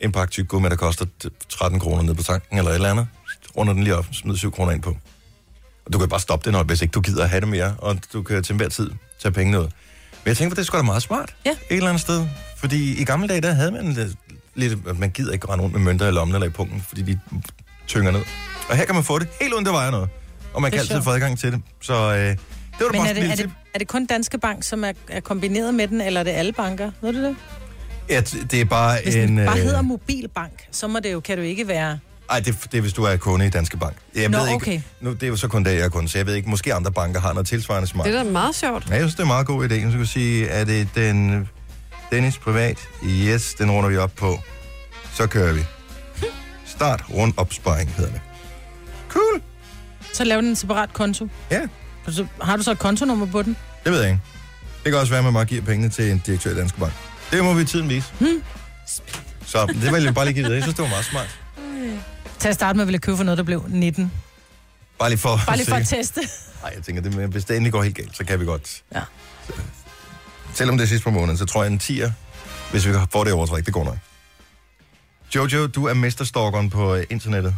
en pakke tyggegummi, der koster t- 13 kroner ned på tanken eller et eller andet, så runder den lige op, smid 7 kroner ind på. Og du kan bare stoppe det, når, hvis ikke du gider at have det mere, og du kan til enhver tid tage pengene ud. Men jeg tænker, det er sgu da meget smart.
Ja.
Et eller andet sted. Fordi i gamle dage, der havde man lidt- lidt, at man gider ikke rende rundt med mønter i lommen eller i pungen, fordi de tynger ned. Og her kan man få det helt uden, der vejer noget. Og man
Det er
kan altid
sjovt.
få adgang til det. Så øh, det var da
Men
bare
er
sådan
det,
et
er,
lille tip.
det, er det kun Danske Bank, som er, er kombineret med den, eller er det alle banker? Ved du det?
Ja, det- det er bare
Hvis
en...
den bare
øh,
hedder Mobilbank, så må det jo, kan det jo ikke være...
Ej, det, det er, hvis du er kunde i Danske Bank. Jeg
Nå,
ved
okay.
ikke, nu, det er jo så kun der, jeg er kunde, så jeg ved ikke, måske andre banker har noget tilsvarende smart.
Det er da meget sjovt.
Ja, jeg synes, det er en meget god idé. Så kan jeg sige, er det den Dennis Privat? Yes, den runder vi op på. Så kører vi. Start rundt opsparing, hedder det. Cool.
Så lav den en separat konto.
Ja.
Og så har du så et kontonummer på den?
Det ved jeg ikke. Det kan også være, at man bare giver pengene til en direktør i Danske Bank. Det må vi i tiden vise.
Hmm.
Så det vil jeg bare lige give videre. Jeg synes, det var meget smart.
Til at starte med ville jeg købe for noget, der blev 19.
Bare lige for,
Bare lige for at
se.
teste.
Nej, jeg tænker, det, med- hvis det endelig går helt galt, så kan vi godt.
Ja.
Så, selvom det er sidst på måneden, så tror jeg en 10'er, hvis vi får det overtræk, det går nok. Jojo, du er mesterstalkeren på øh, internettet,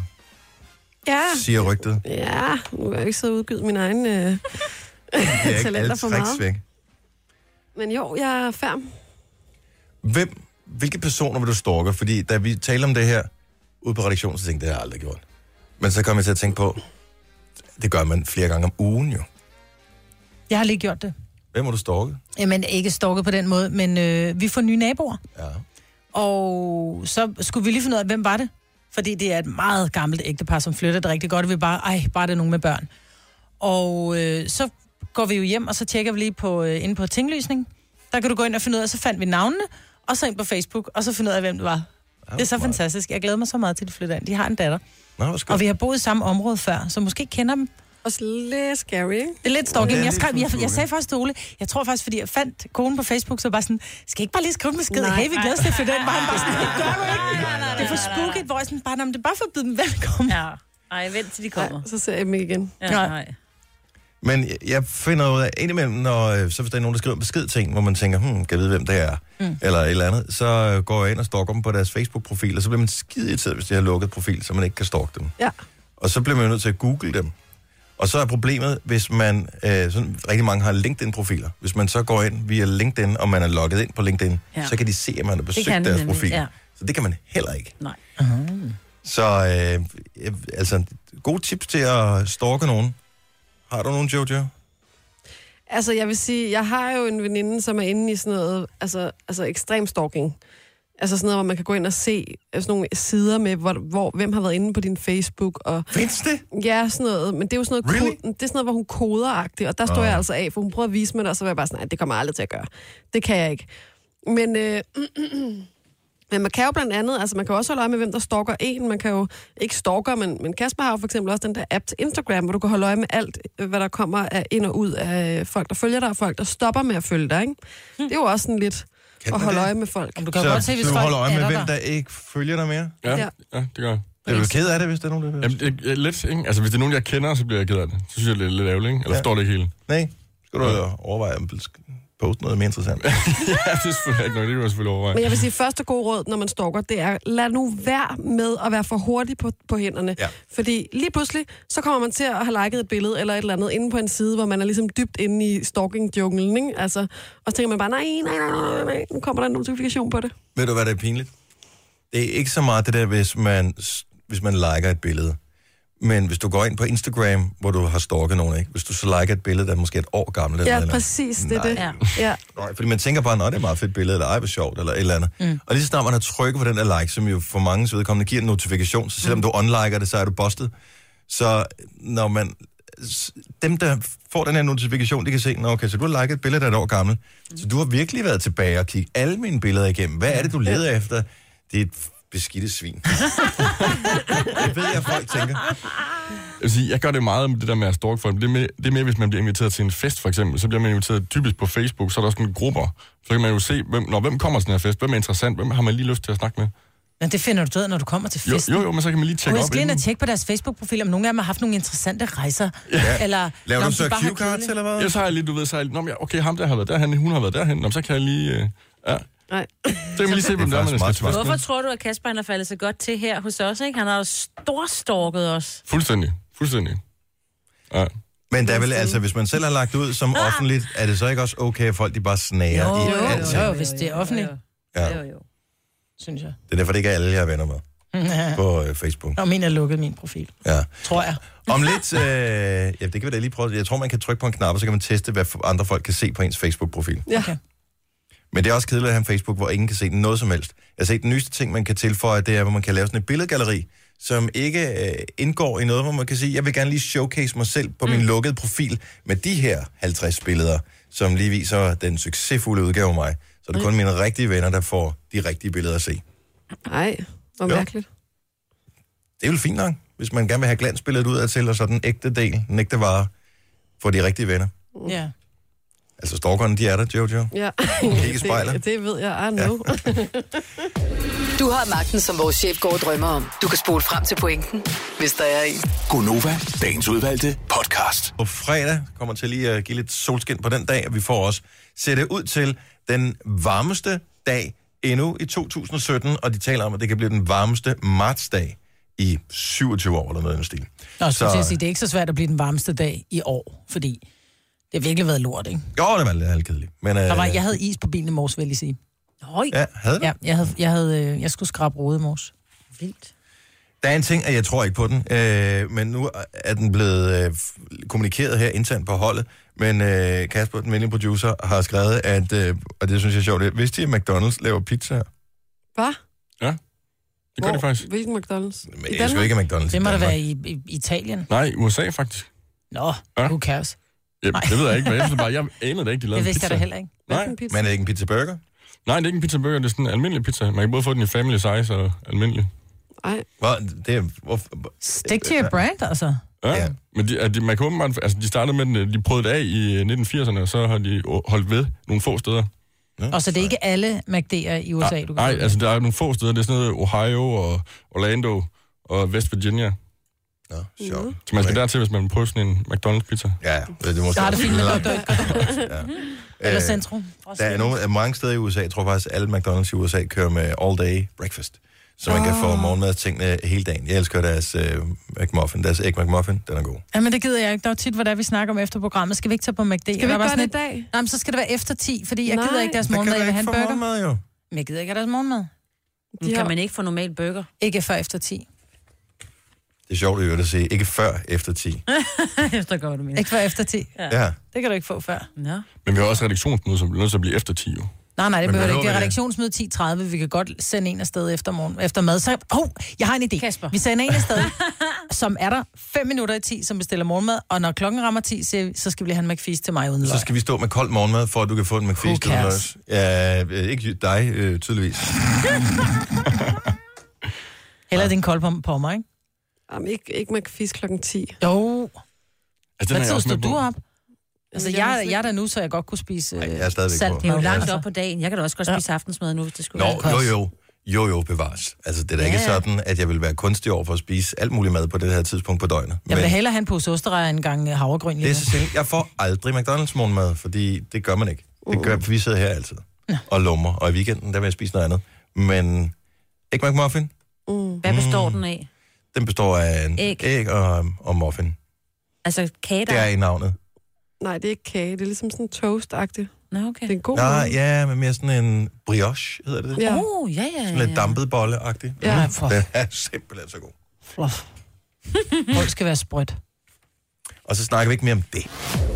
Ja.
siger rygtet.
Ja, nu vil jeg ikke sidde og udgive mine egne øh,
Det er ikke
talenter
alle
for
tricks
meget.
væk.
Men jo, jeg er færm.
Hvem, hvilke personer vil du stalke? Fordi da vi talte om det her ude på redaktionen, så tænkte jeg, det har jeg aldrig gjort. Men så kom jeg til at tænke på, det gør man flere gange om ugen jo.
Jeg har lige gjort det.
Hvem må du stalke?
Jamen, ikke stalket på den måde, men øh, vi får nye naboer.
Ja.
Og så skulle vi lige finde ud af, hvem var det? Fordi det er et meget gammelt ægtepar, som flytter det rigtig godt. Vi bare, ej, bare det er nogen med børn. Og øh, så går vi jo hjem, og så tjekker vi lige på, øh, inde på tinglysning. Der kan du gå ind og finde ud af, så fandt vi navnene, og så ind på Facebook, og så finde ud af, hvem det var. Det er så fantastisk. Jeg glæder mig så meget til, at de flytter ind. De har en datter.
Nå, hvor skønt.
Og vi har boet i samme område før, så måske kender dem.
Og lidt scary, ikke?
Det er lidt stalking.
Ja,
jeg,
lidt
skrev, jeg,
stalking.
jeg sagde faktisk til Ole, jeg tror faktisk, fordi jeg fandt konen på Facebook, så var jeg bare sådan, skal jeg ikke bare lige skrive en besked?
Nej.
Hey, vi glæder os til at flytte ind. Bare han bare sådan, det gør du ikke. Det er for spooket, hvor jeg sådan, bare, "Nå, men det er bare for at byde dem velkommen.
Ja. Ej, vent til de kommer.
Ej, så ser jeg dem ikke igen.
Ja, nej.
Men jeg- jeg finder ud af, indimellem, når øh, så hvis der er nogen, der skriver en besked til en, hvor man tænker, hmm, kan jeg vide, hvem det er, mm. eller et eller andet, så øh, går jeg ind og stalker dem på deres Facebook-profil, og så bliver man skide irriteret, hvis de har lukket profil, så man ikke kan stalke dem.
Ja.
Og så bliver man jo nødt til at google dem. Og så er problemet, hvis man, øh, sådan, rigtig mange har LinkedIn-profiler, hvis man så går ind via LinkedIn, og man er logget ind på LinkedIn,
Ja.
ja. så kan de se, at man har besøgt
kan de
deres
nemlig,
profil.
ja.
Så det kan man heller ikke.
Nej.
Så øh, jeg- altså, gode tips til at stalke nogen. Har du nogen, Jojo?
Altså, jeg vil sige, jeg har jo en veninde, som er inde i sådan noget, altså, altså ekstrem stalking. Altså sådan noget, hvor man kan gå ind og se øh, sådan nogle sider med, hvor, hvor hvem har været inde på din Facebook. Og,
Findes det?
Ja, sådan noget. Men det er jo sådan noget,
Really?
ko- det er sådan noget hvor hun koder og der står
Ah.
jeg altså af, for hun prøver at vise mig det, og så var jeg bare sådan, nej, det kommer jeg aldrig til at gøre. Det kan jeg ikke. Men, øh, men man kan jo blandt andet, altså man kan jo også holde øje med, hvem der stalker en. Man kan jo ikke stalker, men, men Kasper har jo for eksempel også den der app til Instagram, hvor du kan holde øje med alt, øh, hvad der kommer af ind og ud af folk, der følger dig, og folk, der stopper med at følge dig. Ikke? Det er jo også sådan lidt
Kan
at
man
holde
det?
øje med folk.
Om
så du holder øje med, hvem der ikke følger dig mere?
Ja, ja. ja det gør jeg.
Er du ked af det, hvis der er nogen, der hører?
Jamen, det er lidt, ikke? Altså, hvis det er nogen, jeg kender, så bliver jeg ked af det. Så synes jeg, det er lidt ærgerligt, ikke? Eller
Ja.
ja. står det ikke helt?
Nej, skal du overveje at poste noget mere interessant?
ja, det er selvfølgelig ikke nok. Det kan jeg selvfølgelig overveje.
Men jeg vil sige, første gode råd, når man stalker, det er, lad nu være med at være for hurtig på, på hænderne.
Ja.
Fordi lige pludselig, så kommer man til at have liket et billede eller et eller andet inde på en side, hvor man er ligesom dybt inde i stalking-junglen, ikke? Altså, og så tænker man bare, nej, nej, nej, nej, nej, nu kommer der en notifikation på det.
Ved du, hvad der er pinligt? Det er ikke så meget det der, hvis man, hvis man liker et billede. Men hvis du går ind på Instagram, hvor du har stalket nogen, ikke? Hvis du så liker et billede, der er måske et år gammelt.
Ja,
eller noget.
præcis, det er det.
Nej.
Ja.
Nej, fordi man tænker bare, at det er et meget fedt billede, eller ej, hvor sjovt, eller et eller andet. Mm. Og lige så snart man har trykket på den der like, som jo for mange vedkommende giver en notifikation, så selvom mm. du unliker det, så er du busted. Så når man s- dem, der får den her notifikation, de kan se, "Nå, okay, så du har liket et billede, der er et år gammelt. Så du har virkelig været tilbage og kigget alle mine billeder igennem. Hvad er det, du leder efter? Det er et f- beskidte svin. det ved jeg, folk tænker.
Jeg vil sige, jeg gør det meget med det der med at stalke folk. Det er, mere, det er mere, hvis man bliver inviteret til en fest, for eksempel. Så bliver man inviteret typisk på Facebook, så er der sådan grupper. Så kan man jo se, hvem, når, hvem kommer til den her fest, hvem er interessant, hvem har man lige lyst til at snakke med.
Men det finder du ud af, når du kommer til
Jo,
festen.
jo, jo, men så kan man lige tjekke
Gå
op
ind og
inden.
tjekke på deres Facebook-profil, om nogen af dem har haft nogle interessante rejser.
Ja.
Eller, Nå, om de bare har kedeligt.
Ja, så har jeg lige, du ved, så har jeg, lige, Nå, men ja, okay, ham der har været derhen, hun har været derhen, Nå, men så kan jeg lige... Øh, ja.
Nej.
Så kan man lige se, hvem
Det
der
er
er, man
faktisk
skal snakke
meget
Hvorfor
med.
tror du, at Kasper han har faldet så godt til her hos os? Ikke? Han har jo storstorket os.
Fuldstændig. Fuldstændig. Ja.
Men der er vel, altså, hvis man selv har lagt ud som offentligt, er det så ikke også okay, at folk de bare snager
Jo,
i alt?
jo, jo, jo, hvis det er offentligt.
Ja.
Jo, jo, synes jeg.
Det er derfor, det ikke er alle, jeg er venner med på øh, Facebook.
Og min er lukket, min profil.
Ja.
Tror jeg.
Om lidt, øh, ja, det kan vi da lige prøve. Jeg tror, man kan trykke på en knap, og så kan man teste, hvad f- andre folk kan se på ens Facebook-profil.
Ja.
Okay.
Men det er også kedeligt at have en Facebook, hvor ingen kan se noget som helst. Jeg har set, den nyeste ting, man kan tilføje, det er, hvor man kan lave sådan et billedgalleri, som ikke øh, indgår i noget, hvor man kan sige, jeg vil gerne lige showcase mig selv på mm. min lukkede profil med de her 50 billeder, som lige viser den succesfulde udgave af mig. Så er det kun mine rigtige venner, der får de rigtige billeder at se.
Nej, hvor
Jo.
mærkeligt.
Det er vel fint nok, hvis man gerne vil have glansbilledet ud af til, og så den ægte del, den ægte vare, for de rigtige venner.
Mm.
Ja.
Altså stalkerne, de er der, Jojo.
Ja.
Kig i spejlet.
Det, det ved jeg, ah, I know.
Du har magten, som vores chef går og drømmer om. Du kan spole frem til pointen, hvis der er en.
Gonova, dagens udvalgte podcast.
På fredag kommer til lige at give lidt solskin på den dag, og vi får også ser det ud til den varmeste dag endnu i 2017, og de taler om, at det kan blive den varmeste martsdag i 27 år eller noget i den stil.
Nå, så... jeg sige, det er ikke så svært at blive den varmeste dag i år, fordi det har virkelig været lort, ikke?
Jo, det var lidt halvkedeligt. Men, øh,
Der var, jeg havde is på bilen i morges, vil jeg lige sige. Høj.
Ja, havde du?
Ja, jeg, havde, jeg, havde, øh, jeg skulle skrabe rode i morges. Vildt.
Der er en ting, at jeg tror ikke på den, øh, men nu er den blevet øh, f- kommunikeret her internt på holdet, men øh, Kasper, den venlige producer, har skrevet, at, øh, og det synes jeg er sjovt, det er, vidste de, at McDonald's laver pizza? Det
Hvad?
Ja, det gør de faktisk.
Hvilken McDonald's?
Men jeg elsker jo ikke McDonald's
Det må
i
da
Danmark.
være i, i, Italien.
Nej, USA faktisk.
Nå,
ja.
who cares?
Jamen, det ved jeg ikke, men jeg, synes bare, jeg anede da ikke, de lavede
Det vidste
pizza.
jeg da heller ikke.
Nej.
Hvilken pizza?
Men er det ikke en pizza burger?
Nej, det er ikke en pizza burger, det er sådan en almindelig pizza. Man kan både få den i family size og almindelig.
Hvor, det er, hvor,
Stik til your brand, altså.
Ja, ja. men de, at de, man kan åbenbart, altså de startede med den, øh, de prøvede det af i øh, 1980'erne, og så har de øh, holdt ved nogle få steder.
Og så det er ikke alle McD'er i USA, du kan
Nej,
få.
altså der er nogle få steder, det er sådan noget Ohio og Orlando og West Virginia.
Nå, sjovt.
Så man skal dertil, hvis man vil prøve sådan en McDonald's pizza.
Ja, det er måske
Mm. Så har det
også
fint med
langt.
godt
Ja.
Eller
Øh,
centrum.
Der er nogle, mange steder i USA, jeg tror faktisk, alle McDonald's i USA kører med all day breakfast. Så man kan
Ah.
få morgenmadstingene hele dagen. Jeg elsker deres øh, McMuffin, deres æg McMuffin, den er god.
Ja, men det gider jeg ikke. Der er jo tit, hvor det er, vi snakker om efter programmet. Skal vi ikke tage på McD?
Skal vi ikke gøre det i dag?
Nej, men så skal det være efter 10, fordi jeg
Nej.
gider ikke deres
Der kan
morgenmad.
du
Jeg vil
ikke
have en
få
burger.
morgenmad, jo.
Men jeg gider ikke have deres morgenmad.
Men kan man ikke få normal burger?
Ikke før efter 10.
Det er sjovt i øvrigt at se, ikke før efter 10.
efter godt, du mener.
Ikke før efter 10.
Ja.
Det kan du ikke få før. Nå.
Men vi har også redaktionsmøde, som bliver nødt til at blive efter 10 jo.
Nej, nej, det
Men
behøver det ikke. Det er
behøver
redaktionsmøde 10.30. Vi kan godt sende en afsted efter, morgen, efter mad. Så, oh, jeg har en idé. Kasper. Vi sender en afsted, som er der 5 minutter i 10, som bestiller morgenmad. Og når klokken rammer 10, siger vi, så skal vi lige have en McFeast til mig uden løg.
Så skal vi stå med koldt morgenmad, for at du kan få en McFeast.
Who cares?
uden løg. Ja, øh, ikke dig, øh, tydeligvis.
Heller din kold på, på mig, ikke?
Jamen, ikke, ikke McFeast klokken 10.
Jo.
Altså,
Hvad
er jeg
tid
også
stod
med på.
du op? Altså,
Jamen,
jeg,
jeg er
jeg,
slet-
jeg er der nu, så jeg godt kunne spise Ej,
jeg er stadigvæk på.
salt.
Det er jo langt op på dagen. Jeg kan da også godt spise aftensmad nu, hvis det skulle
Nå, jo jo. Jo jo, bevares. Altså, det er da ikke
Ja, ja.
sådan, at jeg vil være kunstig over for at spise alt muligt mad på det her tidspunkt på døgnet.
Jeg vil
Men-
hellere have en pose osterejer en gang øh, havregryn lige
Det er
nu.
så sjældent. Jeg får aldrig McDonald's morgenmad, fordi det gør man ikke. Det gør, for vi sidder her altid og lummer, og i weekenden, der vil jeg spise noget andet. Men ikke McMuffin,
Mm. Hvad består den af?
den består af en æg,
Æg.
æg og, og muffin.
Altså kage, der...
Det er i navnet.
Nej, det er ikke kage. Det er ligesom sådan toast-agtigt.
Nå, okay.
Det er en god
Nej,
morgen.
ja, men mere sådan en brioche, hedder det det?
Ja.
Oh, ja, ja,
Sådan
ja.
lidt dampet bolle-agtig.
Ja.
Mm, Den er simpelthen så god.
Fluff. Brød skal være sprødt.
Og så snakker vi ikke mere om det.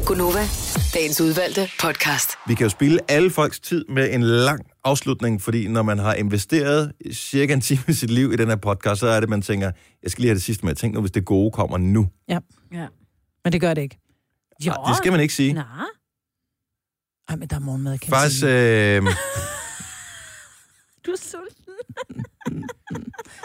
Gonova, dagens udvalgte podcast.
Vi kan jo spille alle folks tid med en lang afslutning, fordi når man har investeret cirka en time i sit liv i den her podcast, så er det, man tænker, jeg skal lige have det sidste med. Tænk nu, hvis det gode kommer nu.
Ja.
Ja.
Men det gør det ikke. Jo.
det skal man ikke sige.
Nej. Ej, men der er morgenmad. Kan
Faktisk, øh,
Du er sulten.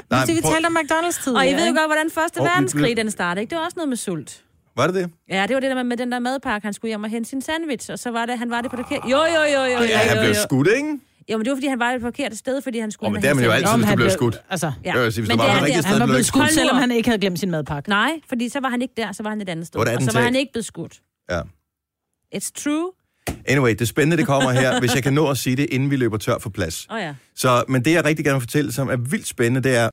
nej,
Nu skal vi
prøv,
tale om McDonald's tidligere. Og I ved jo
ikke?
godt, hvordan Første
Og vi
Verdenskrig
blev-
den startede, ikke? Det var også noget med sult.
var det det?
Ja, det var det der med, med den der madpakke, han skulle hjem og hente sin sandwich, og så var det, han var det på det forkerte... Jo, jo, jo, jo, jo,
Ja, han
jo,
blev
jo.
skudt, ikke?
Jo, men det var, fordi han var det forkerte sted, fordi han skulle...
Åh, men
hen og
det er
hente
man jo
sandwich.
altid, hvis du bliver skudt.
altså.
Ja. Det vil sige, hvis
Men
du var
det er
på det rigtige
det.
sted,
Han var
blev
blevet
ikke skudt.
skudt, selvom han
ikke havde glemt sin madpakke.
Nej, fordi så var han ikke der, så var han et andet sted.
Det var et
Og så var
attentat.
han ikke blevet skudt.
Ja.
It's true.
Anyway, det spændende, det kommer her, hvis jeg kan nå at sige det, inden vi løber tør for plads.
Åh oh, ja.
Så, men det, jeg rigtig gerne vil fortælle, som er vildt spændende, det er,